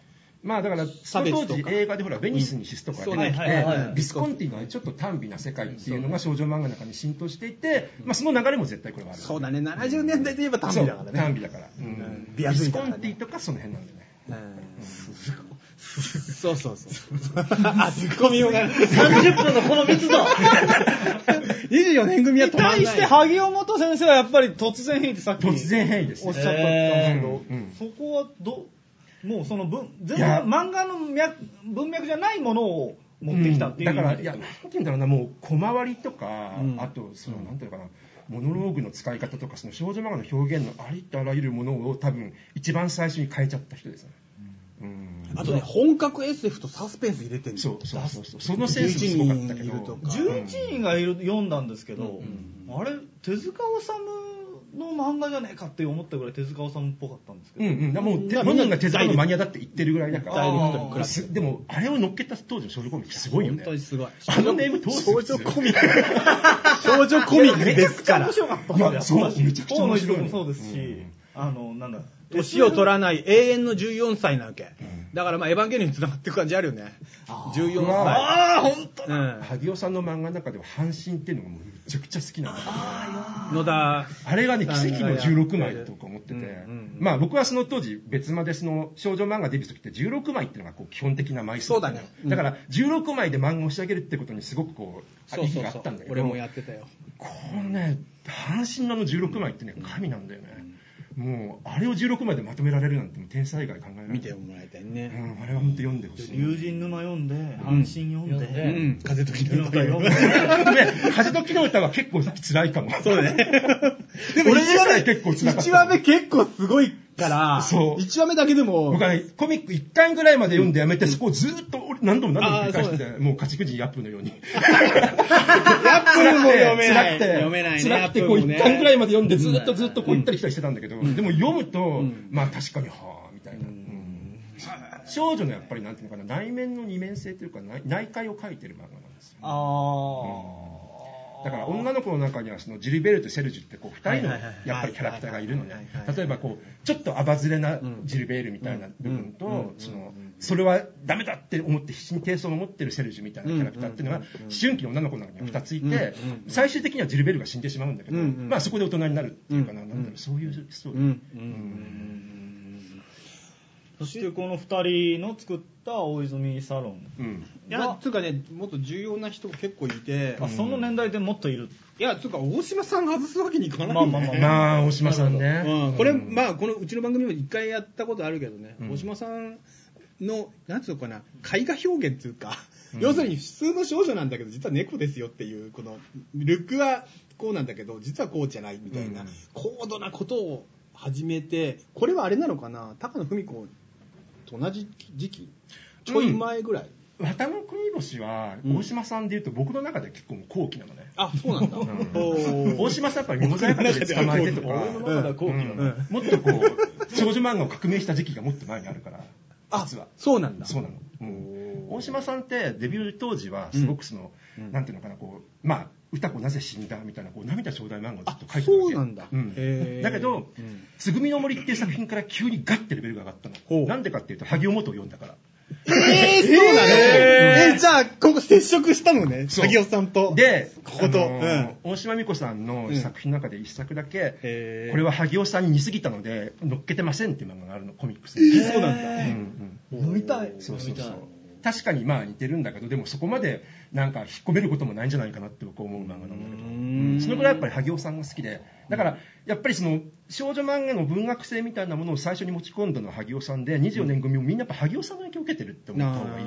うまあだからその当時映画でほらベニスにシスとか出て
う
き
んそうねはいはい
て
はい
ビスコンティのちょっと短美な世界っていうのが少女漫画の中に浸透していて、まあ、その流れも絶対これはある
そうだね、70年代といえば短美だから
そう短
ね。
美だから、うん、
ビ
ビ
アズイ
ス
だ
コ
からね
ンティとかその辺なんだよね
うん そうそうそう。あ、ツッコミよが
30分のこの密度
24年組は
に
止まんない。
対して、萩尾元先生はやっぱり突然変異ってさっき
突然変異です
おっ
ね
しゃったん
え
ですけ
ー
ど、
うん
そこはど、もうその文、全然
いや
漫画の脈文脈じゃないものを持ってきたっていう意
うん
味
だ
で、
からいやなんて言うんだろうなもう小回りとか、
うん
あとそのなんていうのかなモノローグの使い方とかその少女漫画の表現のありとあらゆるものを多分一番最初に変えちゃった人ですね、うん
あとね、本格 SF とサスペンス入れてる
そうそうそうそうそのセンスもすごかったけ
11人いると
ど
か
11人がいる読んだんですけど、
うん
あれ、手塚治虫の漫画じゃねえかって思ったぐらい手塚治虫っぽかったんですけ
う
ど、
んうん、もうて
まあ
本人が手伝いのマニアだって言ってるぐらいだか
ダイレクトに食
ら
ら
あ
って
すでもあれを乗っけた当時の少女コミックすごいよ
本
ね
当にすごい。
あのネーム通す
少女コミック。少女コミックですから
面。白かったんだよ
いやそうめちゃくちゃ面白い
大野一郎もそうですし、
うん
あの、なんだ、
年を取らない永遠の14歳なわけ。だからまあ、エヴァンゲリオンに繋がっていく感じあるよね。14歳。
ああ、本当
う
だ、
ん。
萩尾さんの漫画の中では阪神っていうのがもうめちゃくちゃ好きなんだよ
野田。
あれがね、奇跡の16枚だとか思ってて、
ん
まあ僕はその当時、別までその少女漫画デビューする時って16枚っていうのがこう基本的な枚数ったのよ
そうだねうん
だから16枚で漫画を仕上げるってことにすごくこう、
そう
意
そ
義
う
があ
そ
ったん
う
だ。け
俺
ど、
もやってたよ。
このね、阪神のあの16枚ってね、神なんだよね。もう、あれを16枚でまとめられるなんてもう天才以外考えられない。
見てもらいたいね。
うん、あれは本当読んでほしい。
龍神沼読んで、阪神読んで、
う
うん。風と気の歌よ。
ごめん、風時の歌は結構辛いかも。
そうね。
でも1話目結構辛かっ
1
た。
話目結構すごいから、
そう
1話目だけでも
僕、はね、コミック1巻ぐらいまで読んでやめて、そこをずーっと俺何度も何度も繰り返して
あ
て、もう勝ちくじヤップのように。
ヤップルも読めない。
辛くて、
読めないね。
辛くて、こう1巻ぐらいまで読んで、ずーっとずーっとこう
うん
行ったり来たりしてたんだけど、でも読むと
ん、
まあ確かに、はぁ、みたいな。うん少女のやっぱりなんていうのかな、内面の二面性というか、内内界を描いてる漫画なんですよ。
ああ。
だから女の子の中にはそのジルベルとセルジュってこう2人の
はいはいはいはい
やっぱりキャラクターがいるの
はい
ね
はいはいはい
例えばこうちょっとアバズレなんジルベールみたいな部
う
分
んうん
とそのそれはダメだって思って必死に低層を持ってるセルジュみたいなキャラクターっていうのは
うん
思春期の女の子の中には2つい
うんうん
て
うん
最終的にはジルベールが死んでしまうんだけど
うんうん
まあそこで大人になるっていうかな
う
なんんだろうそういうストー
う
リ
ん。う
ー
ん。
そしてこの2人の作った大泉サロン、
うん
いや、つうかね、もっと重要な人が結構いて、
あその年代でもっといる、
いや、つうか、大島さん外すわけにいかない、ね。
まあまあまあ
まあ大島さんね
うん、これ、
うん
まあ、このうちの番組も一回やったことあるけどね、
うん
大島さんの、なんつうのかな、絵画表現っていうか、要するに普通の少女なんだけど、実は猫ですよっていう、この、ルックはこうなんだけど、実はこうじゃないみたいな、
うん
高度なことを始めて、これはあれなのかな、高野文子と同じ時期、ちょい前ぐらい。
渡の国星は大島さんでいうと僕の中で結構もう後期なのね
あ、そうなんだ。 おー
大島さんやっぱりミモザヤカで捕まえてとか
俺の中では後期なの
うんもっとこう少女漫画を革命した時期がもっと前にあるから
あ
実は、
そうなんだ。
そうなの、うん大島さんってデビュー当時はすごくその、なんていうのかなこうまあ歌子なぜ死んだみたいなこう涙頂戴漫画をずっと書いてたわ
そう
け
なんだ。へー
だけど
うん
「つぐみの森」っていう作品から急にガッてレベルが上がった
ほう
のなんでかっていうと萩尾元を読んだから
えー、そうなの、えーじゃあ、ここ接触したのね、
そう
萩尾さんと。、
で、
ここと
あのー大島美子さんの作品の中で一作だけ、
へー
これは萩尾さんに似すぎたので、乗っけてませんっていう漫画があるの、コミックス
え
に。
ーそうなんだ。
うん
飲みたい
うん、そう
飲
そう
みた
そ。
いう
確かにまあ似てるんだけど、でもそこまでなんか引っ込めることもないんじゃないかなって僕思う漫画なんだけど、
ん
うんそのぐらいやっぱり萩尾さんが好きで、だからやっぱりその少女漫画の文学性みたいなものを最初に持ち込んだのは萩尾さんで、24年組もみんなやっぱ萩尾さんの影響を受けてるって思った方がいい。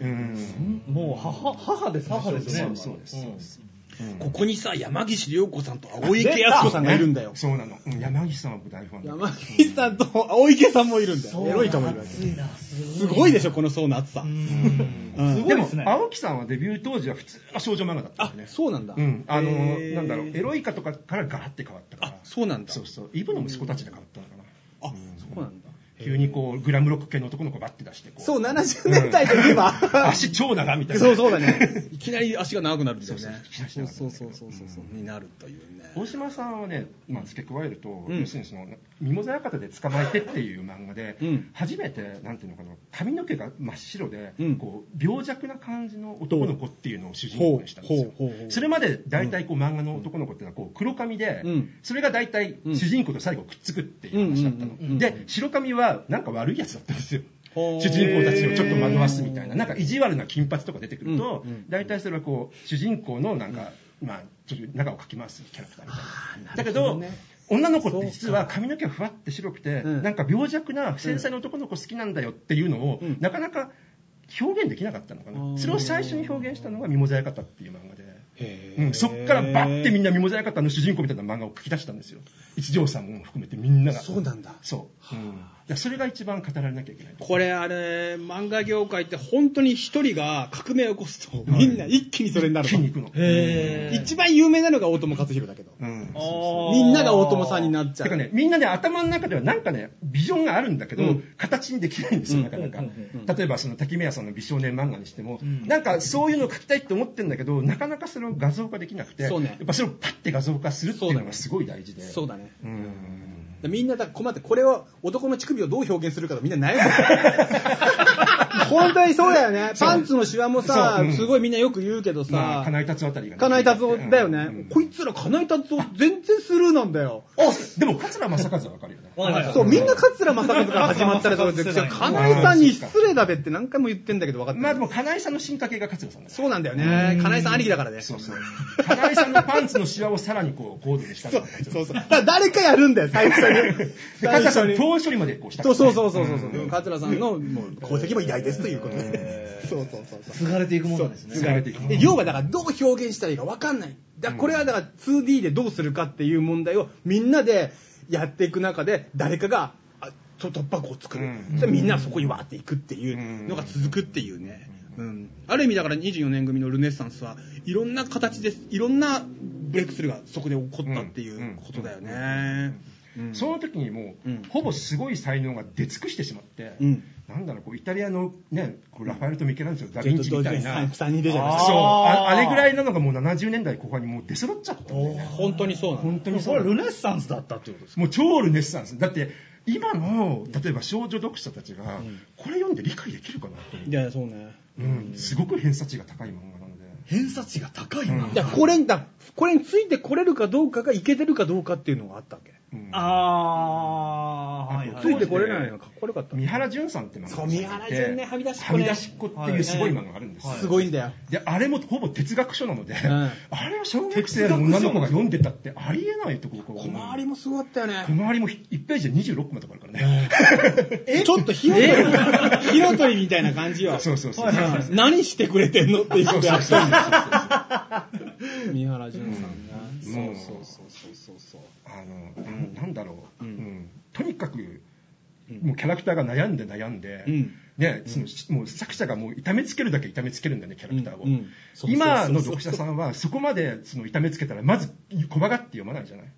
うん、
もう母母です母ですね
そうですそうです、うん
ここにさ、山岸涼子さんと青池康子さんがいるんだよ。
そうなの。うん山岸さんは大ファンだ。
山岸さんと青池さんもいるんだよ。エロいと思います。
熱いなすごい
すごいでしょ、この層の厚さ。
うんすごい
で
で
も
すね、
青木さんはデビュー当時は普通の少女漫画だった
あ
よね、。
そうなんだ。
うん。あの、
へー
なんだろう、エロイカとかからガラッて変わったから。
あそうなんだ
そうそう。イブの息子たちで変わったのかな。
あ、そうなんだ。
急にこう、グラムロック系の男の子バッて出して、こう。
そう、70年代といえば、
足超長 みたいな。
そうそうだね。いきなり足が長くなるみたいなね。
そ
そうう
そ
そうう
そ
そうう
そ
そうう
そ
そうう
そ
そううになるというね。
大島さんはね、まあ、付け加えると、
うん
要するにその、ミモザ館で捕まえてっていう漫画で、
うん
初めて、なんていうのかな、髪の毛が真っ白で、
うん
こう、病弱な感じの男の子っていうのを主人公にしたんですよ
ほうほうほ。う
それまで大体こう、漫画の男の子っていうのはこう、黒髪で、
うん
それが大体
うん
主人公と最後くっつくっていう話だったの。
うんうんうんうん
で、白髪はなんか悪いやつだったんですよ。
ほう
主人公たちをちょっと惑わすみたいな、なんか意地悪な金髪とか出てくると
うんうん、
大体それはこう、主人公のなんか、まあ、ちょっと中をかき回すキャラクターみたいな。だけど、女の子って実は髪の毛がふわって白くて、
うん
なんか病弱な繊細な男の子好きなんだよっていうのを、
うん
なかなか表現できなかったのか
あ
な。
ー
それを最初に表現したのがミモザヤカタっていう漫画で。
へ
う
ー
ん、そっからバッてみんなミモザヤカタの主人公みたいな漫画を書き出したんですよ。一条さんも含めてみんなが。
そうなんだ
そう。うん、だからそれが一番語られなきゃいけない。
これあれ、漫画業界って本当に一人が革命を起こすと、みんな一気にそれになる
筋
の。
肉の。
へー
一
一番有名なのが大友克洋だけど。
うん。
みんなが大友さんにな
っ
っちゃ
てか
う。
ね、みんなね、頭の中ではなんかね、ビジョンがあるんだけど、
うん
形にできないんですよ、なかなか。
うん
うんうん
例えば、その滝目屋さんの美少年漫画にしても、
ん
なんかそういうのを描きたいって思ってるんだけど、なかなかそれを画像化できなくて、
そうね
やっぱそれをパッて画像化するっていうのがすごい大事で。
そうだね。
うん。
みんなだから困って、これを男の乳首をどう表現するかとみんな悩 む。本当にそうだよね。パンツのシワもさ
そううん、
すごいみんなよく言うけど
まあ、
さ、
金井達夫あたりがね、
金井達夫だよ
うんう
ね
ん。
こいつら金井達夫全然スルーなんだよ。
でも、桂正和はわかるよね。
わかりました
そう、みんな桂正和から始まったらどう で
桂正和世代
金井さんに失礼だべって何回も言ってんだけど分かってる
まあでも、金井さんの進化系が桂さんだから
そうなんだよね。金井さん兄貴だからね。
そうそう。金井さんのパンツのシワをさらにこう、ゴールドにしたそう
そうそう。だから誰かやるんだよ、最初に。
で、カズさんの頭処理までこうし た
そうそうそう
う。
そうそうそう。桂さんのも う功績も偉大ですということで。そうそうそうそう。
継がれていくものなんですね。
継がれていくもの
で要はだからどう表現したらいいか分かんない。だこれはだから 2D でどうするかっていう問題をみんなでやっていく中で誰かがあちょっと突破口を作る。
うん
でみんなそこにわーっていくっていうのが続くっていうね。うん、ある意味だから24年組のルネッサンスはいろんな形ですいろんなブレイクスルーがそこで起こったっていうことだよね。うん
その時にもう、
うん
ほぼすごい才能が出尽くしてしまって、
うん
なんだろう、こうイタリアのね、こうラファエルとミケランジェロ、ダヴィンチみたいな。
3人
あー
出ちゃいました。
そうあ、あれぐらいなのがもう70年代後半にもう出揃っちゃったんだよね。
本当にそうなの。
本当に
こ
そう
れ
なの
ルネッサンスだったってことです
もう超ルネッサンス。だって、今の、例えば少女読者たちが、これ読んで理解できるかなと思
いや、そうね。
う。うん、すごく偏差値が高い漫画なので。
偏差値が高いな、
うん
だからこれだ、これについてこれるかどうかがいけてるかどうかっていうのがあったわけ。
うん
あー、はいはい、
ついてこれないのがかっこよかった。
三原淳さんって漫画
そう三原淳ねはみ出しっ
は
こね
み出しっこっていうすごい漫画があるんですよ、
すごいんだよ。
であれもほぼ哲学書なので、
ん
あれは小学生の女の子が読んでたってありえないところ
小回り
も
もすごかったよね
小。回りも1ページで26コマとかあるからね、
えちょっと 火を、
火の鳥みたいな感じよ。
そうそうそう、
はいはい
何してくれてんのっていう
そう
こと
そうそう
三原淳さん
うんも
ね。
う
そうそうそうそうそう。
あのうんなんだろう、う
うんん
とにかくもうキャラクターが悩んで悩んで、
うん
ねそのもう作者がもう痛めつけるだけ痛めつけるんだよねキャラクターを、
うんうんそうそうそうそう
今の読者さんはそこまでその痛めつけたらまず小ばがって読まないじゃない、うん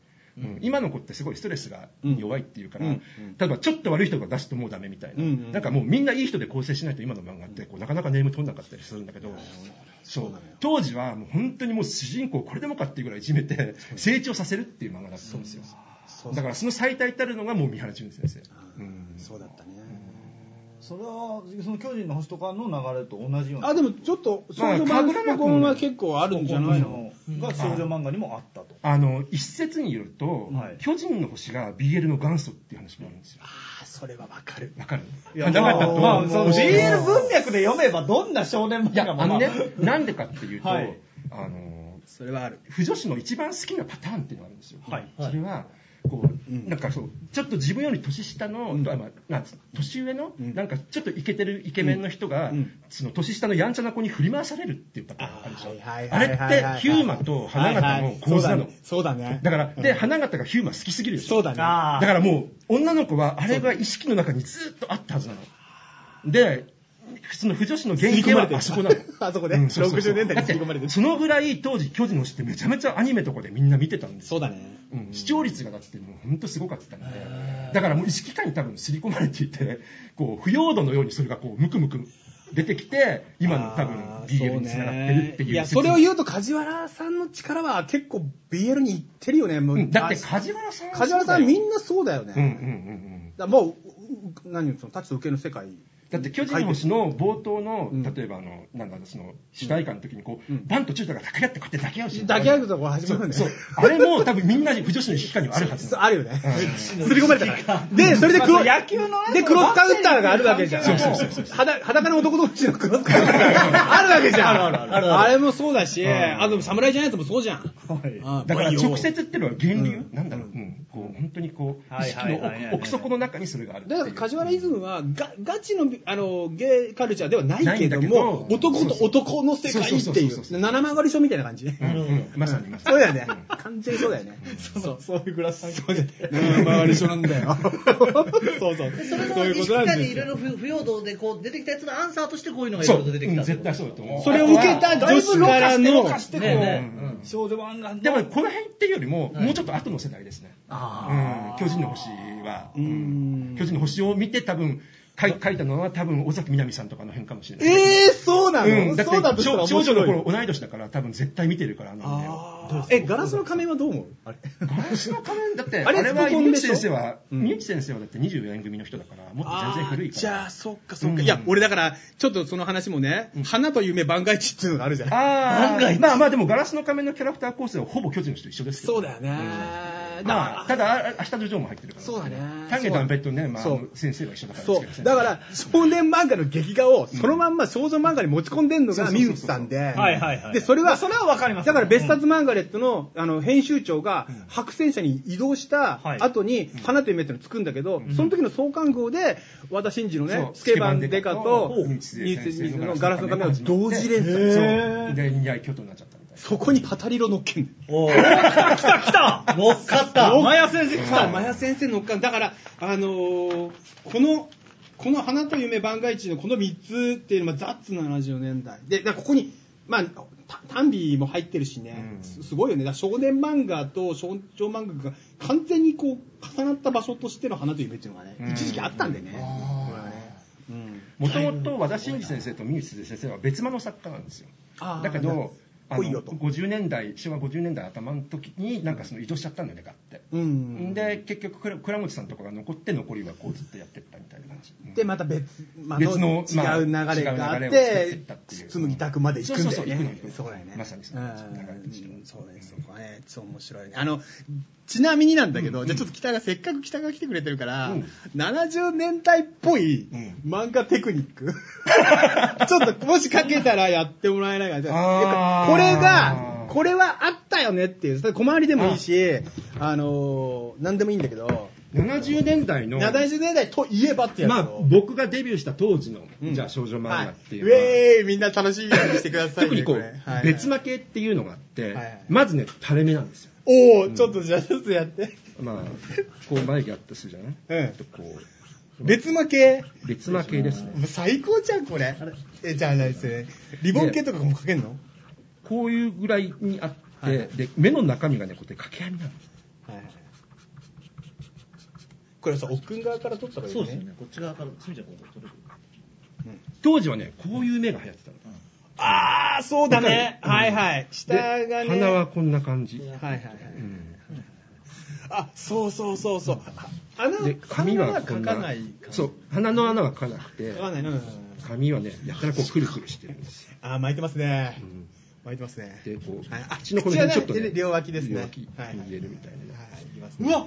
今の子ってすごいストレスが弱いっていうから、
うん
例えばちょっと悪い人が出すともうダメみたいな、
うんうん
なんかもうみんないい人で構成しないと今の漫画ってこうなかなかネーム取んなかったりするんだけど、そう当時はもう本当にもう主人公をこれでもかっていうぐらいいじめて成長させるっていう漫画だったんですよ
そう
だからその最大たるのがもう三原淳先生、うん
そうだったね。
それはその巨人の星とかの流れと同じような
あ、でもちょっと、少
まあ
女漫画本は結構あ
ある
る
ん
ん
じ
じ
ゃ
ゃ
な
ないい
の
の
が少女漫画にもあったと。
あの一説によると、
はい
巨人の星が BL の元祖っていう話もあるんですよ
あ、それはわかる。
わかる
いや
なかったと
まあ、その
教えて
BL 文脈で読めばどんな少年漫
いや
画も、
あ
ま
の
あ
ね、なんでかっていうと、
はい
あの
それはある。
不女子の一番好きなパターンっていうのがあるんですよ、
はい
それはこう、なんかそうちょっと自分より年下の、あまあなんつ年上の、
ん
なんかちょっとイケてるイケメンの人が、
うん
その年下のやんちゃな子に振り回されるっていうパターンがあるでしょ、
はい
あ
はいはい
れっ
はいはい
てヒューマと花形の構図なの、
そうだね。
だからで花形がヒューマ好きすぎるでしょ
そうだね。
あ
だからもう、女の子は、あれが意識の中にずっとあったはずなの。で、その不女子の原因はあそこなの。
あそこね
うんそうそうそう
60年代に吸い込まれてる
だってそのぐらい当時、巨人の死ってめちゃめちゃアニメとかでみんな見てたんですよ
そうだね。
うん視聴率がだってもう本当すごかったんで、だからもう意識下に多分刷り込まれていて、こう、腐葉土のようにそれがこう、ムクムク出てきて、今の多分
あー
BL に繋がってるっていう説。
いや、それを言うと梶原さんの力は結構 BL にいってるよね、もう。
うんだって梶原さんは
梶原さんみ
うん
なそうだよね。
うんうんうん。
だからもう、うう何その、立ち受けの世界。
だって巨人の星の冒頭の、
うん
例えばあの、なんだろう、その、主題歌の時にこう、
うん
バンと中太が抱き合ってこうやって抱き合うし。
抱き合うとこ始まるんだ
そ
よ
う
ね。。
あれも多分みんなに不女子の意識下にはあるはず
そうあるよね。
う
すり込まれたから。で、それで黒、野球ので、クロスカウンターがあるわけじゃん。
そうそうそうそう
裸裸の男同士のクロスカウンターがあるわけじ ゃん。
あるあるある
れもそうだし、
あ、でも侍じゃないやつもそうじゃん。
んだから直接っていうのは源流、なんだろう、うんこう本当にこう、
は
意
い
識
はいはいはい
の奥奥底の中にそれがあるってい
だ
う。
から梶原イズムはがガチのあのゲイカルチャーではないけども
ないんだけど
男と男の世界
そ
っ
う
て
そうそう
い
そうそうそう
う七曲り書みたいな感じね、
うんうんまさにまさ
そう
に。
だよね完全にそうだよね
そうそういうグラスさん
七曲り書なんだよそうそう
それ
そう
の
いう
意
こ
識
となん
下
で
に
す
いろい
よ
ろ不不要道でこう出てきたやつのアンサーとしてこういうのがい
そ
ろ
う、
いろ出て
う
きた
ん
ってこと
絶対そうだと思 う。
それを受けた女子からの
ねえねえうん
少女漫画
でもこの辺っていうよりも、
はい
もうちょっと後の世代ですね。
あ
うん巨人の星は、うん
ん
巨人の星を見て多分、書い書いたのは多分、尾崎みなみさんとかの辺かもしれない。
ええー、そうなの、
うん、だっ
そうだ
て
としたら
少
面
少女
白
の
い
頃同い年だから多分絶対見てるからあのね
あーえガラスの仮面はどう思うあれ
ガラスの仮面だって
あ
あ
れ
れは
古今
みゆ
で
き
しょ
先生は
うん
みゆき先生はだって24年組の人だからもっと全然古い
あーじ
か
ゃ
ら
あそっかそっか、
うん
いや俺だからちょっとその話もね、花と夢万が一っていうのがあるじゃない
あ
万が
ー
一
まあまあでもガラスの仮面のキャラクター構成はほぼ巨人の人と一緒ですけど
そうだよね、
まあただあ明日のジョーも入ってるから
そうだね
丹下断平とねまあ
そう
先生は一緒だから
そ
ですけ
う。
ど
だ
ね
から、少年漫画の劇画をそのまんま少女漫画に持ち込んでんの
そ
が
うそうそう
水
そ
内さ
う
んで。
はいはいはい
で、それは、
それはわかります
だから別冊マンガレットの、あの、編集長が、白戦車に移動した
はい
後に、花と夢ってのつくんだけど、その時の創刊号で、和田真二の
そう
ね、スケバンデカと、
日
ニ
清
ュー
先
ス
生
のガラスの仮面を同時連
そう
載。
で二大巨頭になっちゃったみたいな
そこに語り色乗っけんの
おー来た来た来た乗っかった
マヤ先生来た、マヤ先生のっかんだから、あのーこの、この花と夢万が一のこの3つっていうのはザッツ70年代。
で、だからここに、まあ、たタンビーも入ってるしね、
うん
すすごいよね。だから少年漫画と少女漫画が完全にこう、重なった場所としての花と夢っていうのがね、
うん
一時期あったんでね。これはねうん
もともと和田真二先生と三内鈴先生は別間の作家なんですよ。
あー
だけど、あの
来いよと
50年代、昭和50年代頭の時に、なんかその移動しちゃったんだよね、がって。
うん
で、結局倉、倉持さんとかが残って、残りはこうずっとやってったみたいな感じ。うん
で、また別、まあ、
別のまあ
違う流れがあっ
違う流れを作って
て
ったってい、う
紬拓まで行くんだよね。
そうそうそう行くの行くの
だよね。
まさにそう
うん
流れとしては
そうだね、そこはね、そう面白いね。あの、ちなみになんだけど、じゃあちょっと北が、せっかく北が来てくれてるから、
うん
70年代っぽい
うん
漫画テクニック。 ちょっと、もしかけたらやってもらえないかな。
あー
これが、これはあったよねっていう、小回りでもいいし、あのー、なんでもいいんだけど、
70年代の、
70年代といえばってやつを
まあ、僕がデビューした当時の、
うん
じゃあ少女漫画っていうの
は
は、
い、ウェーイみんな楽しみにしてください、ね。
特にこう、
れはい
別負けっていうのがあって、
はいはい
まずね、垂れ目なんですよ。
おお、ちょっとじゃあちょっとやって。
まあ、こう眉毛あったりするじゃない、
うん
ちょっとこ
別負け。
う、別負けですね。
最高じゃん、これ。え、じゃあ何それ。リボン系とかもかけんの
こういうぐらいにあって、
はい
で目の中身がね、こうやって掛け網なんです。
はい。これさ、奥君側から撮ったらいい
そ
よ
うですよ
ね。
ねこっち側からすみちゃんこう取れる
当時はね、こういう目が流行ってたの。
ああ、そうだね。はいはい。下が
で
ね。
鼻
はい
はこんな感じ。
はいはい。
うん
あ、そうそうそうそう。あ穴
で、髪
鼻は
はこ
描
ん
か
な
ない。
そう、鼻の穴は描かなくて
描、かない。うん。
髪はね、やたらこうくるくるしてるんですよ。
あー、巻いてますね
う。ん
巻いてますね。
で、こう、
はいあ
口のこの辺ちょっと、
口は
ね、
ね両脇ですね
両脇に
はい
入れるみたいなね。
はい、いきますね
うわ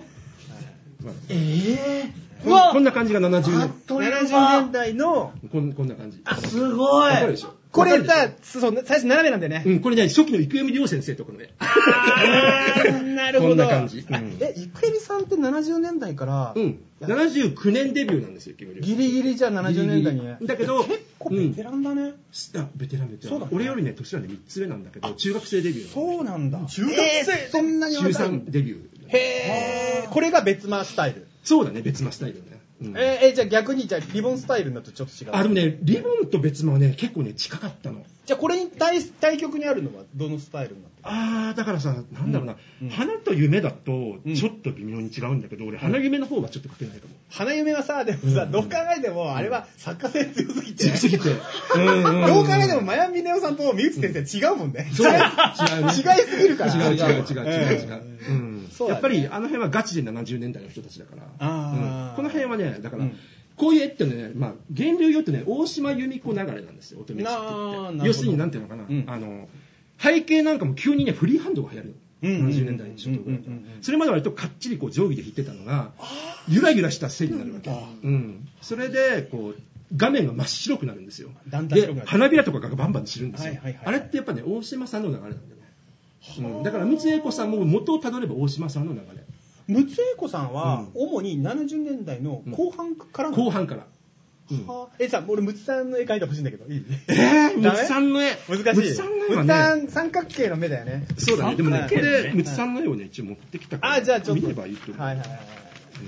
まあ
ええ
こんこんな感じが70
あっ
年
という
70年
間
代の、
こんこんな感じ。
あすごい
わかるでしょ
これ
わかる
さ、そう、最初斜めなんだよね
でしょ。うん、これね、初期の郁恵美涼先生とかのね。
なるほど。
こんな感じうん
あえ、イクレビさんって70年代から、
うん。79年デビューなんですよ、キムリョン
ギリギリじゃあ70年代にね。
だけど、
結構ベテランだね。
うんあベテランベテラ
そ
ン、
うだね
俺よりね、年はね、3つ上なんだけど、中学生デビュー。
そうなんだ。中学
えー
そんなに
中
若い
3デビュー。
へー。これが別マスタイル。
そうだね、別マスタイルだね。うん
えーえーじゃあ逆に、じゃあリボンスタイルになるとちょっと違う。
あ、でもね、リボンと別間はね、結構ね、近かったの。
じゃあこれに対対局にあるのはどのスタイルになってる
あー、だからさ、なんだろうな、
うん
花と夢だと
うん、
ちょっと微妙に違うんだけど、俺、花夢の方がちょっと勝てないかも。
花嫁はさ、でもさ、
うん
どう考えても、あれは作家性強すぎて。
強 すぎて。うんうん
どう考えても、マヤミネオさんと三内先生違うもんね。
そう
違
違
いう
ね
違いすぎるから。
違う違う違う違う違う
うん
うん
そうだね
やっぱりあの辺はガチで70年代の人たちだから、
あー
うんこの辺はねだから、
うん
こういう絵ってね、まあ、源流用ってね大島由美子流れなんですよ乙女
なーな
式
る
っ
ほ
て
ど
要するになんていうのかな、
うん
あの背景なんかも急にねフリーハンドが流行るの。
うんうんうん
70年代初頭ぐらいか
う
ら
んうんうんうん
それまで割とかっちりこう定規で弾いてたのがゆらゆらした線になるわけ、うん、それでこう画面が真っ白くなるんですよ
だんだん白く
で
なる
花びらとかがバンバン散るんです
は
よ、
いはいはい
あれってやっぱね大島さんの流れなんだよねうんだから三井英子さんも元をたどれば大島さんの流れ
陸奥英子さんは、
う
主に70年代の後半からなの
後半から、うん
はあえ、さ、俺、ムツさんの絵描いてほしいんだけど、いい
えー、
ダメ
三井さんの絵
難しい。
三井さんの絵
ム
は
ツさ
ね
ん三角形の目だよね。
そうだねでもね
はい
これ三井さんの絵をね一応持ってきたから
あ、じゃあちょっと。
見ればいいと思う、
はいはいはいはい。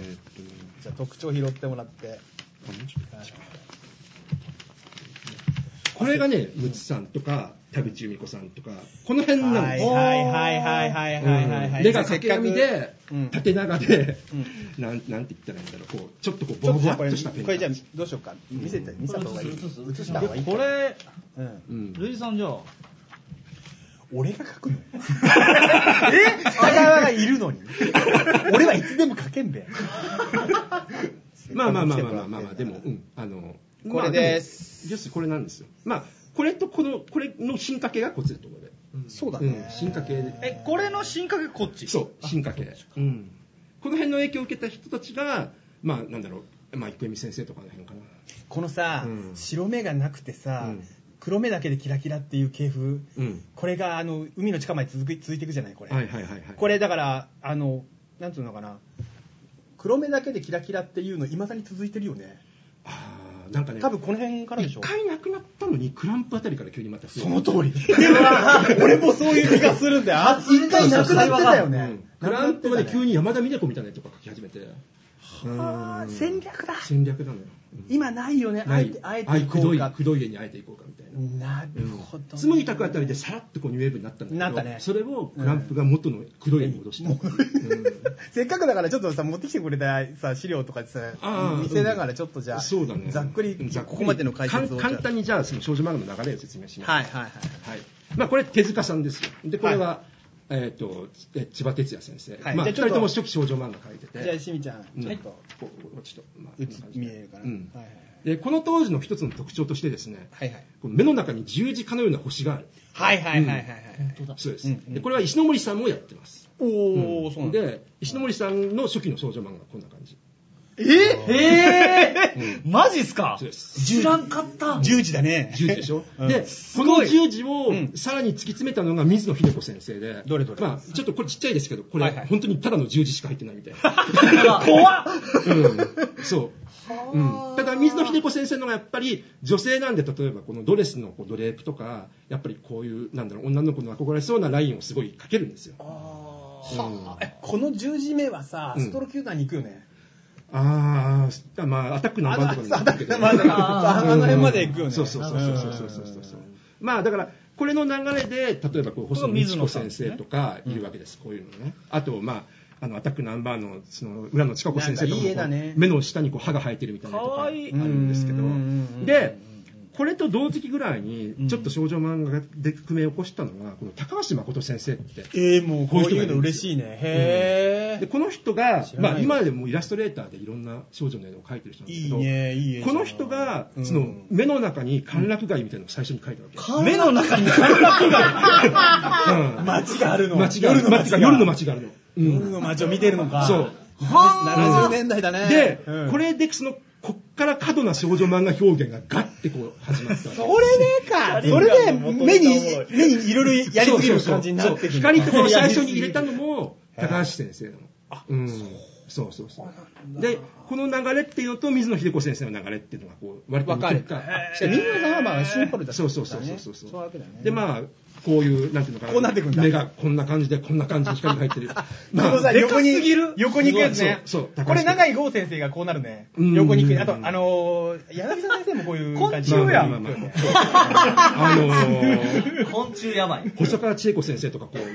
えーっとね
じゃあ特徴拾ってもらって。
あもうちょっとこっちかこれがねむつさんとか田口由美子さんとかこの辺なの
はいはいはいはいはいはいはいはい。
目が掛け網で
うん、
縦長で、なんなんて言ったらいいんだろう、こう、ちょっとこう、ボ
ちょ
ワ
っと
ボ
じゃあこ
ワっ
れ、
としたペン
これじゃあどうしようか。見せて、見せた方がいい。映した方がいい。
こ、れ、
うん。
うん
ルイさんじゃあ、
俺が書くの えあなたがいるのに俺はいつでも書けんべ。
まあまあまあまあまあまあまあ、でも、うん、あの、
これです
まあ。も要するにこれなんですよ。まあ、これとこの、これの進化系がこっちだと思うね。
そうだ
うん
ね、。
進化系で。
え、これの進化がこっち
そう、進化系。うん。この辺の影響を受けた人たちが、まあ、なんだろう、まあ、郁美先生とかの辺かな。
このさ、
うん
白目がなくてさ、
うん
黒目だけでキラキラっていう系風、
うん
これがあの海の近まで続く続いていくじゃないこれ、
はいはいはいはい。
これだからあのなんていうのかな黒目だけでキラキラっていうのいまだに続いてるよね
ああ、なんかね、
多分この辺からでし
一
ょ
回なくなったのに、クランプあたりから急にまた増える
その通 り俺もそういう気がするんだよあ一回なくなってたよ
う
ね
ん、クランプがね、急
に
に山田美奈子みたいなやつとか書き始めて。うん
戦略だ
戦略なのよ。うん
今ないよねあ
な
え
い
てあえていこうか
あくどい、くどい家にあえていこうかみたい
な
な。
るほ ど、
つむぎたくあたりでさらっとこうニューウェーブになったんだけど
なったね
それをクランプが元のくどい家に戻した。うん
せっかくだからちょっとさ持ってきてくれたさ資料とかさ
あー
見せながらちょっとじゃあ、
そうだね。
ざっくり
うんざっく
ここまでの解説を
簡簡単にじゃあ、その少女漫画の流れを説明します。
はいはいはい
はい。まあ、これ手塚さんですよ。で、これは、えっと、え千葉哲也先生。
はい
まあ、
じゃあちょ
二
っと
人とも初期少女漫画描いてて。
じゃあしみちゃん
うん
ちょっと
こうちょっと、まあ、
う
こん
つ
な感じで
見えるかな、
うん
はいはい
でこの当時の一つの特徴としてですね、
はいはい
この目の中に十字架のような星がある。
はいはいはいはい
当だ
そうです、
うんうん
でこれは石ノ森さんもやってます。
おお、そうなんだ
で、石ノ森さんの初期の少女漫画はこんな感じ。
え ー、マジっすか
そうです。
知らんかった。
10時だね
十字でしょ、
うん
で、この十字をさらに突き詰めたのが水野秀子先生で、
どれどれ
まあ、ちょっとこれちっちゃいですけど、これ、
はいはい
本当にただの十字しか入ってないみたいな。
怖っ
うん、そう、うん、ただ水野秀子先生のがやっぱり女性なんで例えばこのドレスのこうドレープとかやっぱりこういうなんだろう女の子の憧れそうなラインをすごいかけるんですよ
はあえこの10時目はさ
うん
ストロ球団に行くよね、
あーあまあアタックの
あ
番
の
と
あ
かに
のあの
も行くけど
あのあの辺まで行くよ
う
ね
んそうそうそうそうそうそうそうそうまあだからこれの流れで例えばこう細野美智子先生とかいるわけですこういうのねあとまああのアタックナンバーのその浦野千佳子先生と
なんかいい絵だ
かも
ね
目の下にこう歯が生えてるみたいなのと
か
かあ
わ
る
いい
んですけど
うんうんうんうん
でこれと同時期ぐらいにちょっと少女漫画で革命を起こしたのがこの高橋誠先生って
えー、もうこう
こういう
いうの
人がいるんで
嬉
す
し
よ
いねへえ、
でこの人が
知らない
まあ今でもイラストレーターでいろんな少女の絵を描いてる人なんです
い
け
い
ど
ねいいね
この人が
うん
その目の中に歓楽街みたいなのを最初に描いたわけ。
目の中に陥落が。
うん
街があるの
街があ
夜
る
の街が
夜の街があるの。うん
夜の街を見てるのか
そう
70年代だね
で、
うん
これでそのこっから過度な少女漫画表現がガッてこう始まったわ け。
それでか、それで目に、目にいろいろやりすぎる感じになってく
そうそうそう
る
光とこの最初に入れたのも高橋先生なの。うんそうそうそう。で、この流れっていうのと、水野秀子先生の流れっていうのが、こう、割と
分
似
か
て
れ
た
た。で水野さんはまあシンプルだ
そうそうそうそう
ね
そうそう
そういうわけだよね。
でまあこういうなんていうのかな
こうなってくんだ
目がこんな感じでこんな感じに光が 入ってるま
このさ
で
横に
かすぎる
横に行くやつね。
そうそう高橋
これ永井豪先生がこうなるね。
うん
横に行く。あと、あのー、柳沢先生もこういう感じ。
昆虫やん
こういうね
あのー、
昆虫やばい。
細川千恵子先生とかこうガーっ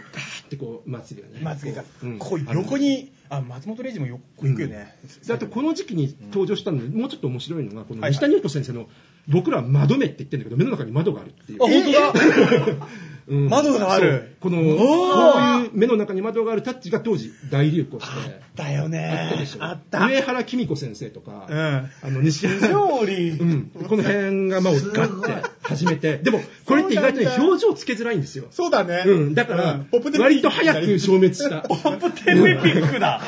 てこうまつげがね
まつげが
うん。
こう横に、あ、松本零士も横こう行くよね。
であとこの時期に登場したので、もうちょっと面白いのがこの
はい
西谷由紀子先生の「僕らは窓目」って言ってるんだけど目の中に窓があるっていう
あ、本当だ
うん
窓がある
そうこのこういう目の中に窓があるタッチが当時大流行して
だよ
あったで
ね
し。ょ。
あった。
上原紀美子先生とか、
うん
あの、西原。
勝利
う。ん。この辺がまあ、ガッて始めて。でも、これって意外とね
そうなんだ
表情つけづらいんですよ。
そうだね。
うん。だか
う
ら
んポップ、テン
割と早く消滅した。
ポップテンメピックだ。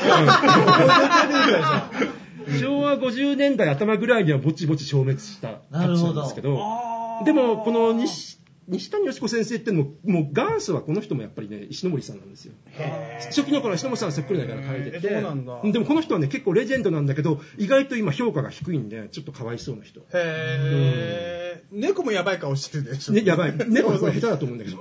昭和50年代頭ぐらいにはぼちぼち消滅したタッチなんですけど。でも、この西、西谷義子先生ってのも、もう元祖はこの人もやっぱりね、石森さんなんですよ。初期の頃は石森さんそっくりだから書いてて。
へーそうなんだ
でもこの人はね、結構レジェンドなんだけど、意外と今評価が低いんで、ちょっとかわいそうな人。
へー。猫もやばい顔してるでしょ。
ね、やばい。猫はこれ下手だと思うんだ けど。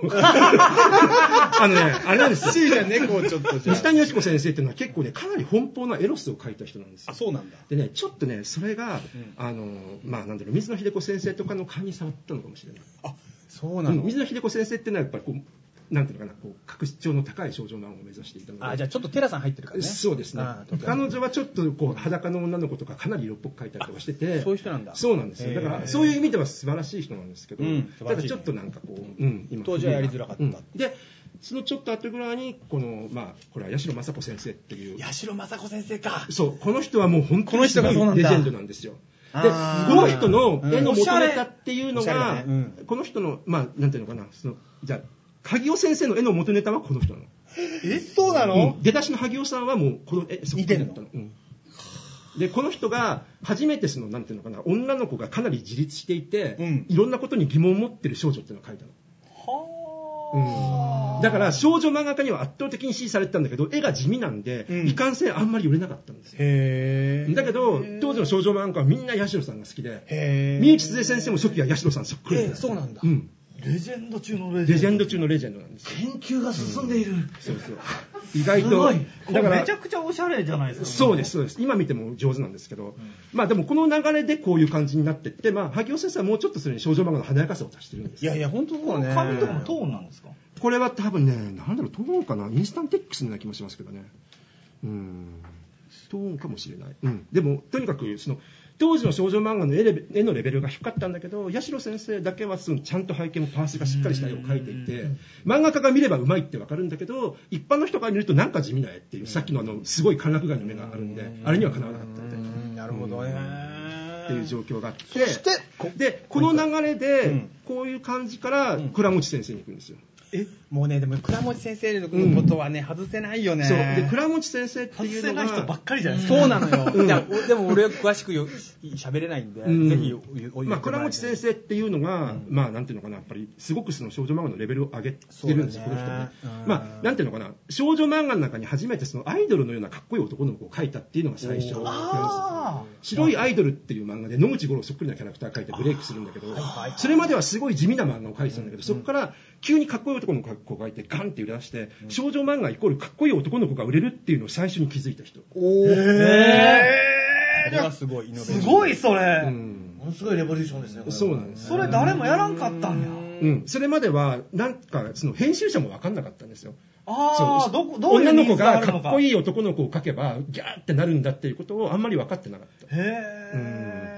あのね、あれなんです
しい
よ。
じゃん、猫をちょっとじゃあ
西谷義子先生っていうのは結構ね、かなり奔放なエロスを書いた人なんですよ
あ、。そうなんだ。
でね、ちょっとね、それが、あの、まあ、なんだろう、水野秀子先生とかの勘に触ったのかもしれない。
そう
うん水野秀子先生っていうのは、やっぱりこう、なんていうのかな、こう、格調の高い症状の案を目指していたので。
あ、じゃあちょっとテラさん入ってるからね。
そうですね
あーと。か
彼女はちょっとこう裸の女の子とかかなり色っぽく描いたりとかしてて、
そういう人なんだ
そうなんですよ。だか
へー
らそういう意味では素晴らしい人なんですけど、
うん素晴
た
ら
だ
しい
ちょっとなんかこう、うん、今
当時はやりづらかった
うんで、そのちょっと後ぐらいにこのまあこれは八代雅子先生っていう。
八代雅子先生か。
そう、この人はもう本当にすご
この人が
い
そうなんだ
レジェンドなんですよ。で、こ
あー
の人の
うん
絵の元ネタっていうの
おしゃれおし
が
ゃれだね、
この人の、まあ、なんていうのかな、その、じゃあ、萩尾先生の絵の元ネタはこの人なの。
え、そうな
うん出だしの萩尾さんはもうこのえそっ
似てるの
だったうんでこの人が初めてそのなんていうのかな女の子がかなり自立していて、
うん
いろんなことに疑問を持ってる少女っていうのを書いたの。うんだから少女漫画家には圧倒的に支持されてたんだけど絵が地味なんで、
うん
いかんせんあんまり売れなかったんですよ
へー。
だけど当時の少女漫画家はみんな八代さんが好きで
へ
三内鈴江先生も初期は八代さんそっくり
えーそうなんだ
うん、
レジェンド中のレ
レジェンド中のレジェンドなんですよ
研究が進んでいる。
そうそう意外
すご
と
い。
だから
めちゃくちゃおしゃれじゃないですか。
そうです、そうです。今見ても上手なんですけど、まあでもこの流れでこういう感じになってって、まあ、萩尾先生はもうちょっとそれに少女漫画の華やかさを足してるんです
いやいや、本当そうね。
髪とかもトーンなんですか
これは多分ね、なんだろう、トーンかなインスタンテックスな気もしますけどね。うん。トーンかもしれない。うん。でも、とにかく、その、当時の少女漫画の絵レベ絵のレベルが低かったんだけど、八代先生だけはそのちゃんと背景もパースがしっかりした絵を描いていて、漫画家が見ればうまいってわかるんだけど、一般の人が見るとなんか地味な絵っていう、さっきのあの、すごい歓楽街の目があるんで、あれにはかなわなかったみたいな。
うんなるほどね。
っていう状況があって、
してこ
で、この流れ
う
で
ん、
こういう感じから、倉持先生に行くんですよ。
もうね、でも、倉持先生のことはね、外せないよね。
そう。で、倉持先生って
外
いう
せ
の
ない人ば
が
っ、かりじゃないですか。
そうなのよ。いや、おでも俺は詳しくよ喋れないんで、
うん
ぜひお、お
まあ、倉持先。生っていうのが、まあ、なんていうのかな、やっぱり、すごくその少女漫画のレベルを上げてるんですよ、
そう
この
だ
人
ね
ね
うん。
まあ、なんていうのかな、少女漫画の中に初めてそのアイドルのようなかっこいい男の子を描いたっていうのが最初なんですよ。白いアイドルっていう漫画で野口五郎そっくりなキャラクター描いてブレイクするんだけど、それまではすごい地味な漫画を描いてたんだけど、そこから急にかっこいい男の子を描いてガンって売り出して、少女漫画イコールかっこいい男の子が売れるっていうのを最初に気づいた人。
おー。
え
これはすごい、イノベーション
すごいそれ
う。ん
ものすごいレボリューションですね。これは
そうなんです
それ誰もやらんかったんや。
うん、それまでは、なんか、その編集者も分かんなかったんですよ。
あ
そ
あ、
う
どこ、どういう
女の子が
ニーズ
かっこい
い。
い男の子を描けば、ギャーってなるんだっていうことをあんまり分かってなかった。
へ
うん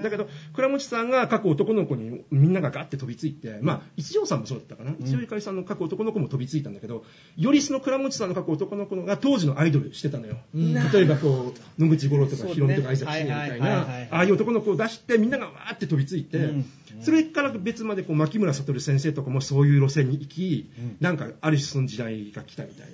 え。
だけど、倉持さんが各男の子にみんながガッて飛びついて、まあ、一条さんもそうだったかな、一条ゆかりさんの各男の子も飛びついたんだけど、よりその倉持さんの各男の子が当時のアイドルしてたのよ。 例えばこう、野口五郎とかヒロミとか挨拶しみたい
はいはい
な
はいはい、
ああいう男の子を出してみんながわーって飛びついて、それから別までこう牧村悟先生とかもそういう路線に行き、なんかある種その時代が来たみたいな。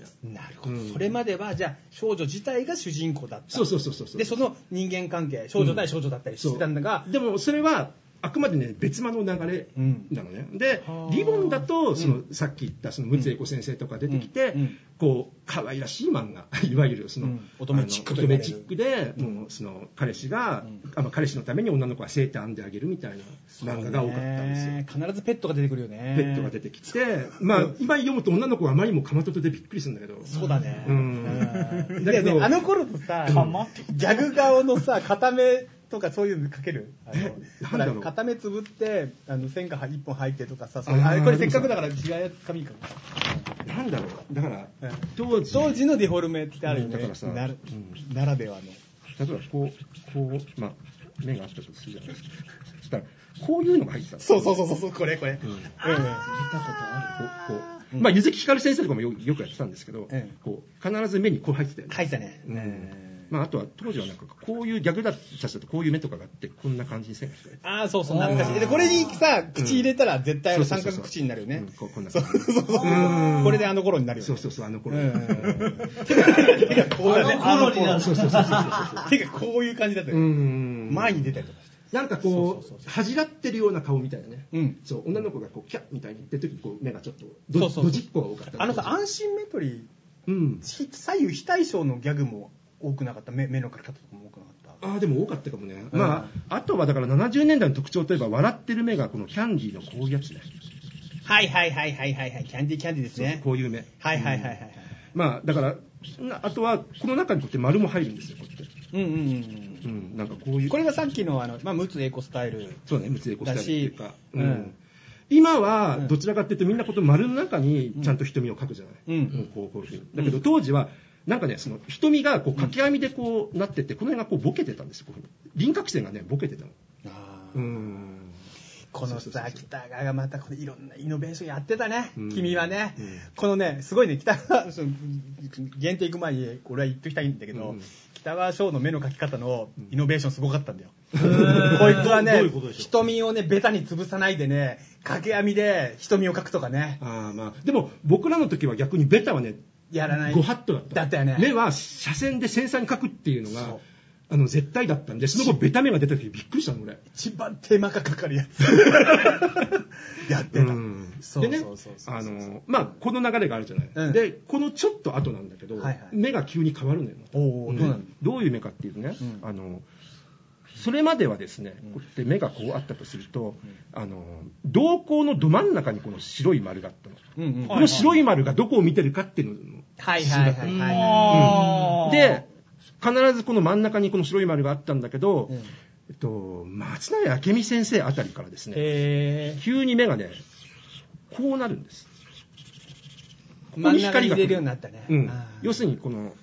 なるほど、
うん
それまではじゃあ少女自体が主人公だった
そうそうそうそうそう。
でその人間関係少女対少女だったりしてたんだが、
でもそれはあくまでね別間の流れ
うん
なのね、で
はあ
リボンだとその、さっき言ったその陸奥英子先生とか出てきて、
うんうん
こう可愛らしい漫画 いわゆるその、
うん
あの
乙女チックと
乙
言われる
女チックで、もうその彼氏が、あの彼氏のために女の子はセーター編んであげるみたいな漫画が多かったんですよ。
ね必ずペットが出てくるよね。
ペットが出てきて、まあ、今読むと女の子はあまりにもかまととでびっくりするんだけど、
そうだね。
うん
うん
だけど
ねあの頃のさ、ギャグ顔のさ、固めとかそういうのかけるあの
え
ほ
なん
ら
だろう
固めつぶって、あの、線が1本入ってとかさ、そういう
あー
あれこれせっかくだから違うやつ紙か。
なんだろう、だから
うん、
当時、
当時のデフォルメってあるよ
うんだ
ね
から。さ
なる
う
ならではの。
例えばこう、こう、まあ、目があったとするじゃないですか。そしたら、こういうのが入ってたの
そうそうそうそう、これこれ。
うん
うん
見たことあ
こう、こう。
うん
まあ、ゆずきひかる先生とかもよよくやってたんですけど、
ええ
こう、必ず目にこう入ってたよね。
書いたね。
うんまあ、あとは当時はなんかこういう逆だった人とこういう目とかがあってこんな感じに線がしてる
ああ、そうそう、懐かしい。で、これにさ、口入れたら絶対あの
そう
三
そうそう
角口になるよね
うん。ここんな
そ
感
う
じ
そうそう。
うん
これであの頃になるよね。
そうそうそうあの頃、
うんうん
うん
手がこうだね。
あの頃になる
そうそうそうそうそう
手がこういう感じだった
う
よ。
ん
前に出たりとかして。
なんかこう恥じらってるような顔みたいなね、
うん
そう女の子がこうキャッみたいに言ってる時にこう目がちょっと
そ
ど
うそうそう
ドジっ子が多かった
あのさ、安心メトリ
うん
ー、左右非対称のギャグも多くなかった。目目の描き方とかも多くなかった。
ああでも多かったかもね、
うん
まああとはだから70年代の特徴といえば笑ってる目がこのキャンディーのこういうやつね
はいはいはいはいはいはい。キャンディーキャンディーですね。
こういう目
はいはいはいはいはい。
まあだからなあとはこの中にこうやって丸も入るんですよこうやって
うんうんうん
うんなんかこう
う
い
ん。
う
これがさっきの、あの、まあ、ムツエコスタイル。
そうね、無知でこうしたりっていう
だ
か
し。
うん
うん
今は、どちらかっていうと、みんなこの丸の中にちゃんと瞳を描くじゃない。
うん
こうこういうふうに。だけど、当時は、なんかね、その瞳がこう掛け網でこうなってて、この辺がこうボケてたんですよ、こういうふうに輪郭線がね、ボケてたの。
あー
うん。
この
そうそうそう
さ、
そう
北川がまたこのいろんなイノベーションやってたね、
うん
君はね、
うん
このね、すごいね、北川、その限定行く前に、俺は言っときたいんだけど、
うん
北川翔の目の描き方のイノベーションすごかったんだよ。
ー
こいつはね
どういうことでしょう
瞳をね、ベタに潰さないでね、掛け網で瞳を描くとかね、
ああまあ、でも、僕らの時は逆にベタはね、
やらない。
ご法度だった。
だったよね。
目は斜線で繊細に描くっていうの
そ
が
う、
あの、絶対だったんで、その後ベタ目が出た時びっくりしたの、俺。
一番手間がかかるやつ。 やってた。
うん
そう
でね
そうそう、そう
あの、まあ、この流れがあるじゃない、
うん
で、このちょっと後なんだけど、
はいはい
目が急に変わるのよ。
おーどうなの
どういう目かっていうとね、
うん
あの、それまではですね、こうやって目がこうあったとすると、あの、瞳孔のど真ん中にこの白い丸があったの。
うんうん。
は
はい
この白い丸がどこを見てるかっていうのの
いはいはいはいは
あー
で、必ずこの真ん中にこの白い丸があったんだけど、
い。うん
えっと、松永明美先生あたりからですね、
へ
急に目がね、こうなるんです。
ー真ん中に入れるようになったね。
うん
あ、ー
要するにこの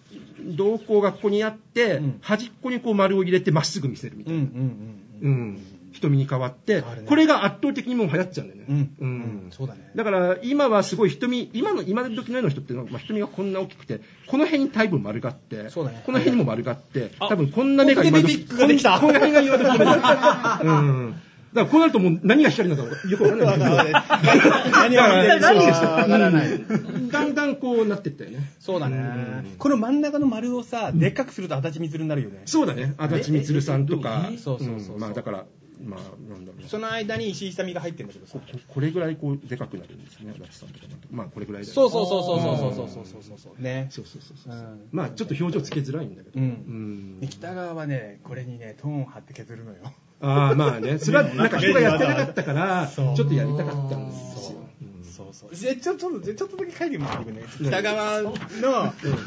瞳孔がここにあって、
うん
端っこにこう丸を入れてまっすぐ見せるみた
う
い
んう
な、
んうん
うん瞳に変わって、
変わるね
これが圧倒的にもう流行っちゃうんだよね、
うん
うん
うんそうだね
から今はすごい瞳今の今時のような人っていうのは、まあ、瞳がこんな大きくてこの辺に多分丸があって
そうだね
この辺にも丸があって
あ
多分こんな目が今時
ポケベビックができた
こんな辺が今時の目だ、うん、だからこうなるともう何が光るのかよくわからないんだけど
何を言ってるかわからない。
うんだんだんこうなってったよね
そうだ
うん
ね。この真ん中の丸をさ、でっかくすると足立みつるになるよね。
そうだね、足立みつるさんとか
え、そうそうそう
うんまあだから、まあなんだろうな
その間に石井ひさみが入ってるんだけどさ
こ。ここれぐらいこうでかくなるんですね、足立さんとかだと。まあこれぐらいだよね
そうそうそうそうそうそうそうそうそうそう。ね。
そうそうそうそう
うん
まあちょっと表情つけづらいんだけ
う
ど。
ん
うん
で北川はね、これにね、トーンを張って削るのよ。
ああ、まあね、それはなんか人がやってなかったから、ち
そ
ょ
う
っとやりたかったんですよ。うん
そうそう。えちょちょっと、ちょっとだけ書いてみてくれね。北川の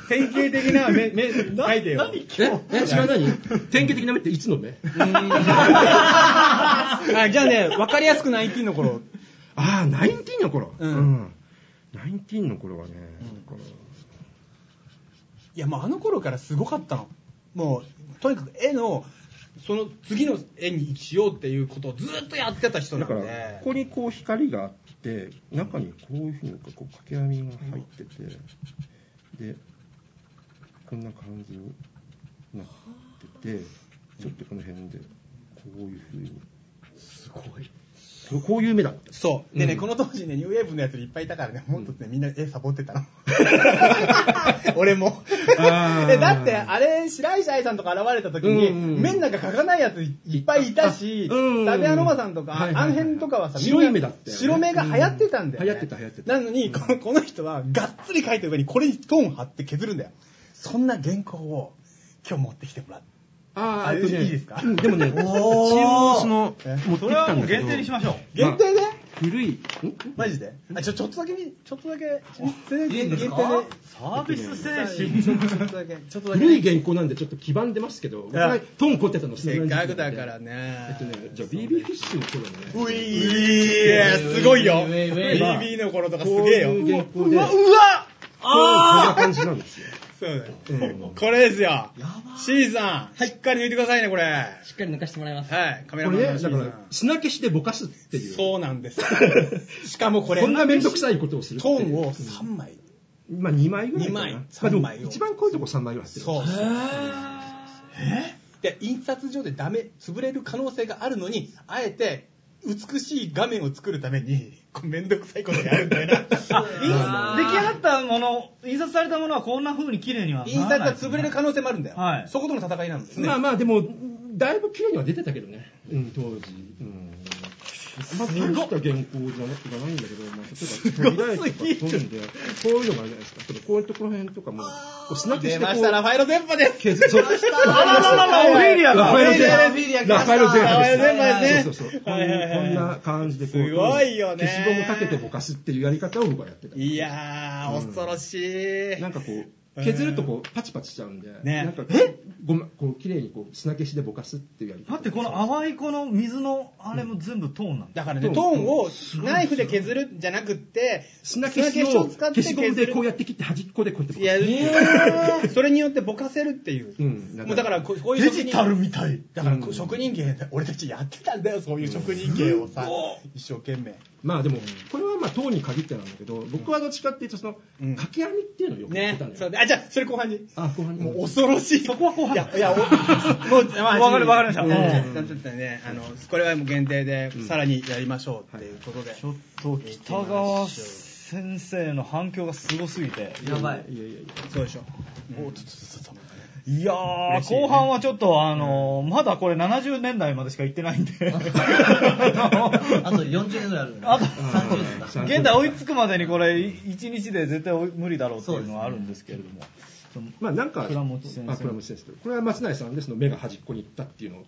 典型的な目、目、書いてよ。
え、え、それは何典型的な目っていつの目
あじゃあね、わかりやすくナインティーンの頃。
ああ、ナインティーンの頃。
うん
うんナインティーンの頃はね、だから
いやもうあの頃からすごかったのもうとにかく絵のその次の絵にしようっていうことをずっとやってた人な
だ
ん
か
で
らここにこう光があって中にこういうふうにこう掛け網が入っててでこんな感じになっててちょっとこの辺でこういうふうに
すごい
こういう目だって。
そう。でね、
うん
この当時ね、ニューウェーブのやついっぱいいたからね、本当ね、みんな絵サボってたの。俺も。
あー
えだって、あれ、白石愛さんとか現れた時に、
うんうん
面なんか描かないやついっぱいいたし、
あうんうん
ダメアロマさんとか、
はいはいは
あ
い
の辺とかはさ、みんな
白い目だったよね
白目が流行ってたんだよ、ね
うん流行ってた流行ってた
なのに、このこの人は、がっつり描いた上に、これにトーン貼って削るんだよ。そんな原稿を、今日持ってきてもらって。
あ
あ
ーえっとね
いいですか
うんでもね、一
おー
応その
え、
持って
そ
き
れは
たん
もう
だけど
限定にしましょう。
限定で、
古い、ん
マジであ、ちょ、ちょっとだけ見、ちょっとだけ、ちょっとだけ
いいんですか
限定で
サービス精
ちょ
神。
っとだけ、ちょっとだけ
古い原稿なんでちょっと黄ばんでますけど、僕がトン凝ってたの
せっかくだから。ね。
えっとね、じゃあ BB フィッシュの頃のね。
ういー、すごいよ。
ウェイウェイウェイ
BB の頃とかす
こう
げえよ。
いう原稿
う
で、
わ、う
こ
わ
うこんな
あ
感じなんですよ。
そうだよ。
うん
これですよ
ば。
C さん、しっかり抜いてくださいね、これ。は
あしっかり抜かしてもらい ます。
い、カメラ
こ
マン
れ
の
ね、
C さ
だ
ん
から、品消しでぼかすっていう。
そうなんです。 しかもこれ、
こんなめんどくさいことをするっ
ト
ていう
ーンを3枚。
まあ2枚ぐらいかな。
二枚
まあ
三
でも
枚を
一番濃いとこ3枚は入ってる。
そう。
へ
で、印刷所でダメ、潰れる可能性があるのに、あえて、美しい画面を作るために、こうめんどくさいことやるんだ よな。
印出来上がったもの、印刷されたものはこんな風に綺麗にはな
印
らない
刷が
ですね。
潰れる可能性もあるんだよ。
はい
そことの戦いなんですね。
まあまあ、でも、だいぶ綺麗には出てたけどね、うん、当時。うん。まあ、大した原稿じゃなくてないんだけど、まあ、例
す
えば、
ごすぎる
飛んで、こういうのがあるじゃないですか。例えばこういうところ辺とかも、こう砂消し
出
てこ
ま
う
した、ラファエロ電波です。
削そう。
あらららら、オフェリア
ラ
が
ファ。エロ
ラファエロ
全
全
ラファエロ全
ラファエロ全部
部
です
そう
ね
そうそう。こん
はいはいはい
こんな感じで、こう、
すごいよね
消しゴムかけてぼかすっていうやり方を僕はやってた。
いやー、恐ろしい。
なんかこう、削るとこう、パチパチしちゃうんで、
ね
なんか、ごま、こう、綺麗にこう、砂消しでぼかすっていうやり方。
だってこの淡いこの水のあれも全部トーンなんだ。
だからね、
うん
トーンをナイフで削るんじゃなくって、
砂消し
砂
を
使って
消しゴム
削
で
る
こ。うやって切って端っこでこうやって
いや、
え
それによってぼかせるっていう。
うん
もうだからこう、こういう
デ
職人
ジタルみたい。
だからこう
うん
職人芸、俺たちやってたんだよ、そういう職人芸をさ、一生懸命。
まあでもこれはまあ当に限ってなんだけど僕はどっちかっていうとその
うん
掛け網っていうのをよくや
ね
ってたの。
そう
よ、
であ、じゃあ、それ後半に。
あ後半に
もう恐ろしい。そこは後半いや、いや、おもう、ま
わかるわかりました
いやいや
うん
ちょっとね、あの、これはもう限定で、さらにやりましょうっていうことで。
ちょっと北川先生の反響がすごすぎて。
やばい。
いやいやいや
そうでしょ。おちょっとちょっとちょっと
いやー、
嬉しいね
後半はちょっとあのー、まだこれ70年代までしか行ってないん で。
あと40年ぐらいあるんだ。
あと
30年だ。
30
現代追いつくまでにこれ1日で絶対追い無理だろうっていうのはあるんですけれども。
まあなんか
倉持先生
あ倉持先生これは松内さんでその目が端っこに行ったっていうのをこ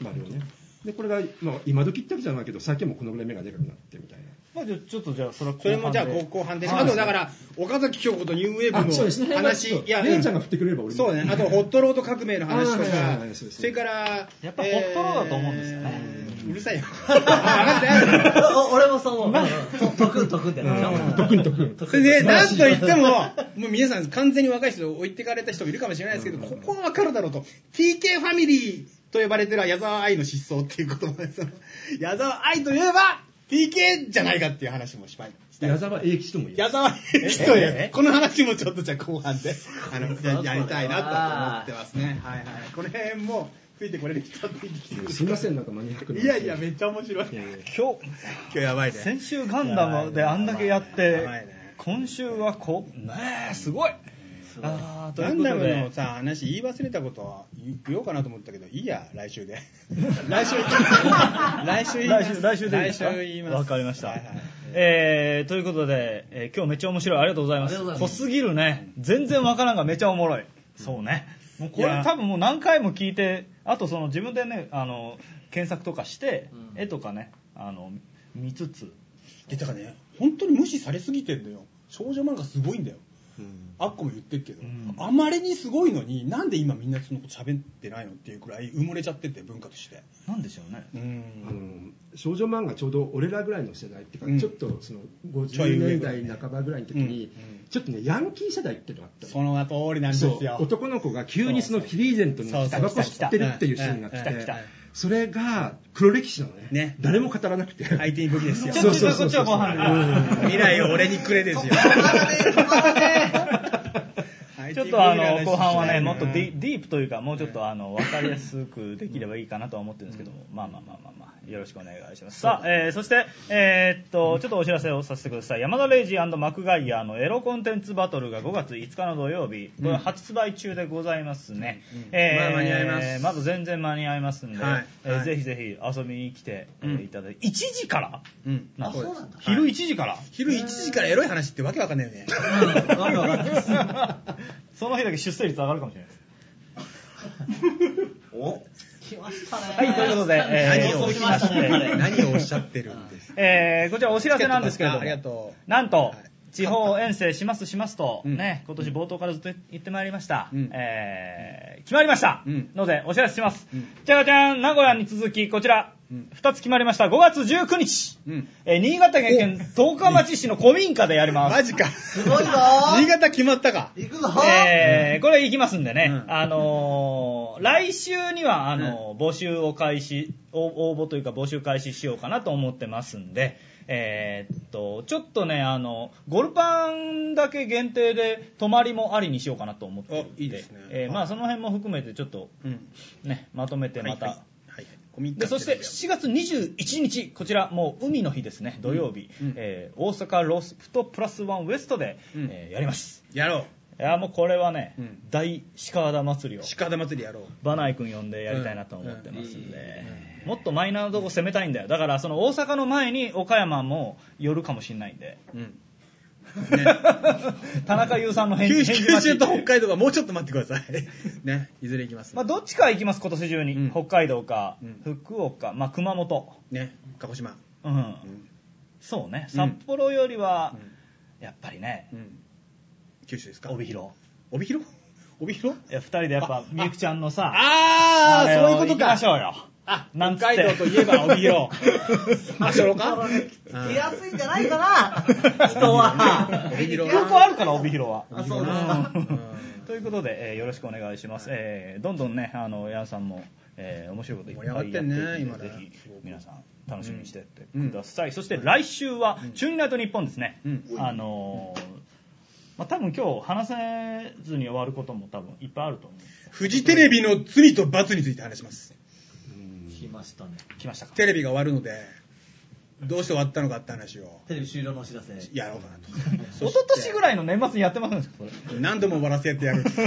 う丸をねでこれがまあ今時ってわけじゃないけど最近はもうこのぐらい目がでかくなってみたいな
まあじゃあちょっとじゃあそれは後
それもじゃあ
半で
後後半で、
はい
あとだから岡崎京子とニューウェー
あそうです
ブ
ね
の話、
そう
いや、
姉ちゃんが振ってくれれば俺も
そうね、あとホットロード革命の話と
あーはいはい
か
はい、そうです
それから、
やっぱホットロードだと思うんですよね
えーうるさいよ。 分かってない
お俺もそう思ううん。とくんとくんってやつでしょ
特に特に
それで、なんと言っても、もう皆さん完全に若い人置いてかれた人もいるかもしれないですけど、ここはわかるだろうと、TK ファミリーと呼ばれてる矢沢愛の失踪っていうこともです。矢沢愛といえば、TK じゃないかっていう話もしまいしたい
矢沢永吉とも言える
矢沢永吉という、この話もちょっとじゃあ後半で、あの、ややりたいなと思ってますね。はいはい。この辺も、ついてこれる人はついてきてく
すいませんなんかマニアック
れ
な
る。いやいや、めっちゃ面白い。今
今日、
日やばいね。
先週ガンダムであんだけやって
やばいね、
今週はこう、ねえ、すごいあーとい
ガ
う
ン
こ
ダ
と
ムの
で、
さ、話言い忘れたことは言おうかなと思ったけど、いいや、来 週で。来週、来週言いま
来
す。
週、来週でいいですか
来週言います。
わかりました。
はいはい
えー、ということで、えー今日めっちゃ面白い。ありがとうございま
ありがとうござ
す。
い
濃
ます
すぎるね。全然わからんがめちゃおもろい。そうね。もうこ
いや
れ多分もう何回も聞いて、あとその自分でね、あの、検索とかして、
うん
絵とかね、あの、見つつ、
で、だからね、本当に無視されすぎてんだよ。少女漫画すごいんだよ。
うん
あっこも言ってるけど、
うん
あまりにすごいのになんで今みんなそのこと喋ってないのっていうくらい埋もれちゃってて文化として
なんでしょうね。
う
あ
ん
の少女漫画ちょうど俺らぐらいの世代っていうか、
うん
ちょっとその
ちょい
50
上
年
ぐらい
代半ばぐらいの時に、
うんうん
ちょっとねヤンキー世代っていうのがあったの
その通りなんです
そう
よ
男の子が急にその
そう
フリーゼントに
そうそう
タバコ吸ってるっていう人になって
来た来
た
それが黒歴史なのね
ね
誰も語らなくて
相手に武器ですよ
ちょっとじゃあこっちはご飯で
未来を俺にくれですよ
ちょっとあの
IT
後半はね、もっとデ
うん
ィディープというか、もうちょっとあの分かりやすくできればいいかなとは思ってるんですけども、まあまあまあまあまあ、よろしくお願いします。さあ、えー、そして、えーっと、ちょっとお知らせをさせてください。山田レイジマクガイアのエロコンテンツバトルが5月5日の土曜日、これ発売中でございますね。え
まあ間に合います
まず全然間に合いますんで、
はい
えー
はい
ぜひぜひ遊びに来てえーいただいて、1時から
うん。
なんです
あそうなんだ
昼1時から、
昼1時からエロい話ってわけわかんないよね。
その日だけ出生率上がるかもしれないです。
来ましたね。
はいということでえ
何
ー
をおっ
来
し
ま
ゃ
し
った
ね
て、何をおっしゃってるんですか
えーこちらお知らせなんですけれども、
ありがとう
なんと
はい、
地方遠征しますしますと、
うん
ね、今年冒頭からずっと言ってまいりました。
うん
えー決まりました、
うん
ので、お知らせします。
うん
じゃがちゃん、名古屋に続き、こちら、
うん
2つ決まりました。5月19日、
うん
えー新潟県十日町市の古民家でやります。
マジか。
すごいぞ
新潟決まったか。
行くぞ
えーこれ行きますんでね、
うん
あのー来週にはあのー募集を開始応応募というか募集開始しようかなと思ってますんで、えーっとちょっとねあのゴルパンだけ限定で泊まりもありにしようかなと思ってるん
おいいですね
えーまあ、その辺も含めてちょっと、
うん。
ね、まとめてまた。
はいはい。コミック
でそして7月21日、こちらもう海の日ですね、土曜日、
うんうん
えー大阪ロストプラスワンウエストで、
うん
えーやります。
やろ
いやもうこれはね、
うん
大鹿田祭りを
う。鹿田祭りやろう。
バナイ君呼んでやりたいなと思ってますんで、もっとマイナーなとこ攻めたいんだよだからその大阪の前に岡山も寄るかもしれないんで
うん。
田中優さんの返
九
事返事
州九
待
州
ち
と北海道はもうちょっと待ってください。 ね。いずれ行きます。
まあ、どっちか行きます今年中に、
うん
北海道か、
うん
福岡、まあ、熊本
ね。鹿児島。
うん、
うん
そうね
うん
札幌よりは
う、
やっぱりね
うん。九州ですか
帯広
帯広 帯広
いや2人でやっぱみゆきちゃんのさ
あ
れ
ー、
を
そういうこと
行きま
か
し。ょうよ
あ、
なんつっ
北
て
海道といえば帯 広。あ、そろか
出やすいんじゃないか な人は。
帯広
空港あるから帯広は
あ、そうなんだ。
ということで、えーよろしくお願いします。えーどんどんね、あの、ヤンさんも、えー面白いこといっぱいやっていくので
盛り上がってんね今ね
ぜひ、皆さん、楽しみにしてってください。そして、来週は、チューニナイト日本ですね。
うん
あのーまあ、多分今日話せずに終わることも多分いっぱいあると思
フジテレビの罪と罰について話します。
来ましたね。
う。来ましたか
テレビが終わるので、どうして終わったのかって話を
テレビ終了のお知らせ。
やろうかなと。
一昨年ぐらいの年末にやってませんでした それ
何度も終わらせてやる。
ついにテ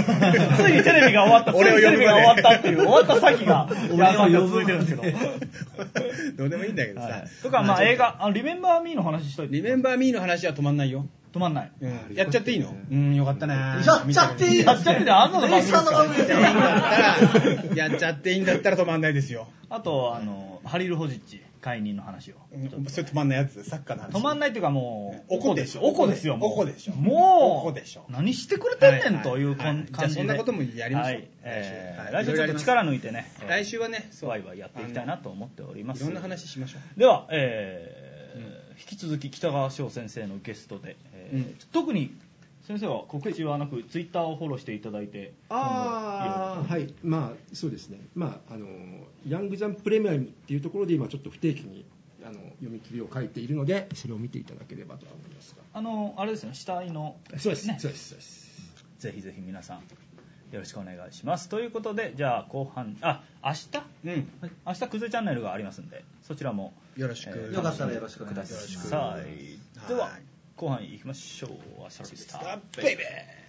レビが終わった、ついに
俺を
テレ
呼ぶまで
ビが終わったっていう、終わった先 が、ヤンさんが続いてるんですけど。
どうでもいいんだけど
は
さ
い。とか、まあ映画、あリメンバーミーの話しといて
リ。メンバーミーの話は止まんないよ。
止まんない。
うんやっちゃっていいのうん、よかったね。や
やっちゃっていい
やっちゃっててあんなの番組です
さんの
か
番組です
いいんだったら、やっちゃっていいんだったら止まんないですよ。
あとあのハリル・ホジッチ解任の話を
うんそれ止まんないやつ、サッカーの話。
止まんないというかもう
おこでしょ
おこですよもう
おこでしょ
もう
おこでしょ
何してくれてんね
はい
ん
はい
というこん
はい
感じで
じゃあそんなこともやりましょう
はいえー来
来週
週
はい
ちょっと力抜いてね
来週はね、そう
ワイワイやっていきたいなと思っておりま
い
す
ろんな話しましょう。
ではえー引き続き北川翔先生のゲストでえー
うん
特に先生は告知はなくツイッターをフォローしていただいて
ああはいまあそうですねまああのヤングジャンプレミアムっていうところで今ちょっと不定期にあの読み切りを書いているのでそれを見ていただければとは思います
あのあれですね死体の
がそうです
ね
そうですそうです
ぜひぜひ皆さんよろしくお願いしますということでじゃあ後半あ明日
うん。
明日クズチャンネルがありますんでそちらも
よろしく。
よかったらよろしくお願いします
くださいでは後半いきましょうアシャロピスター
ベイベー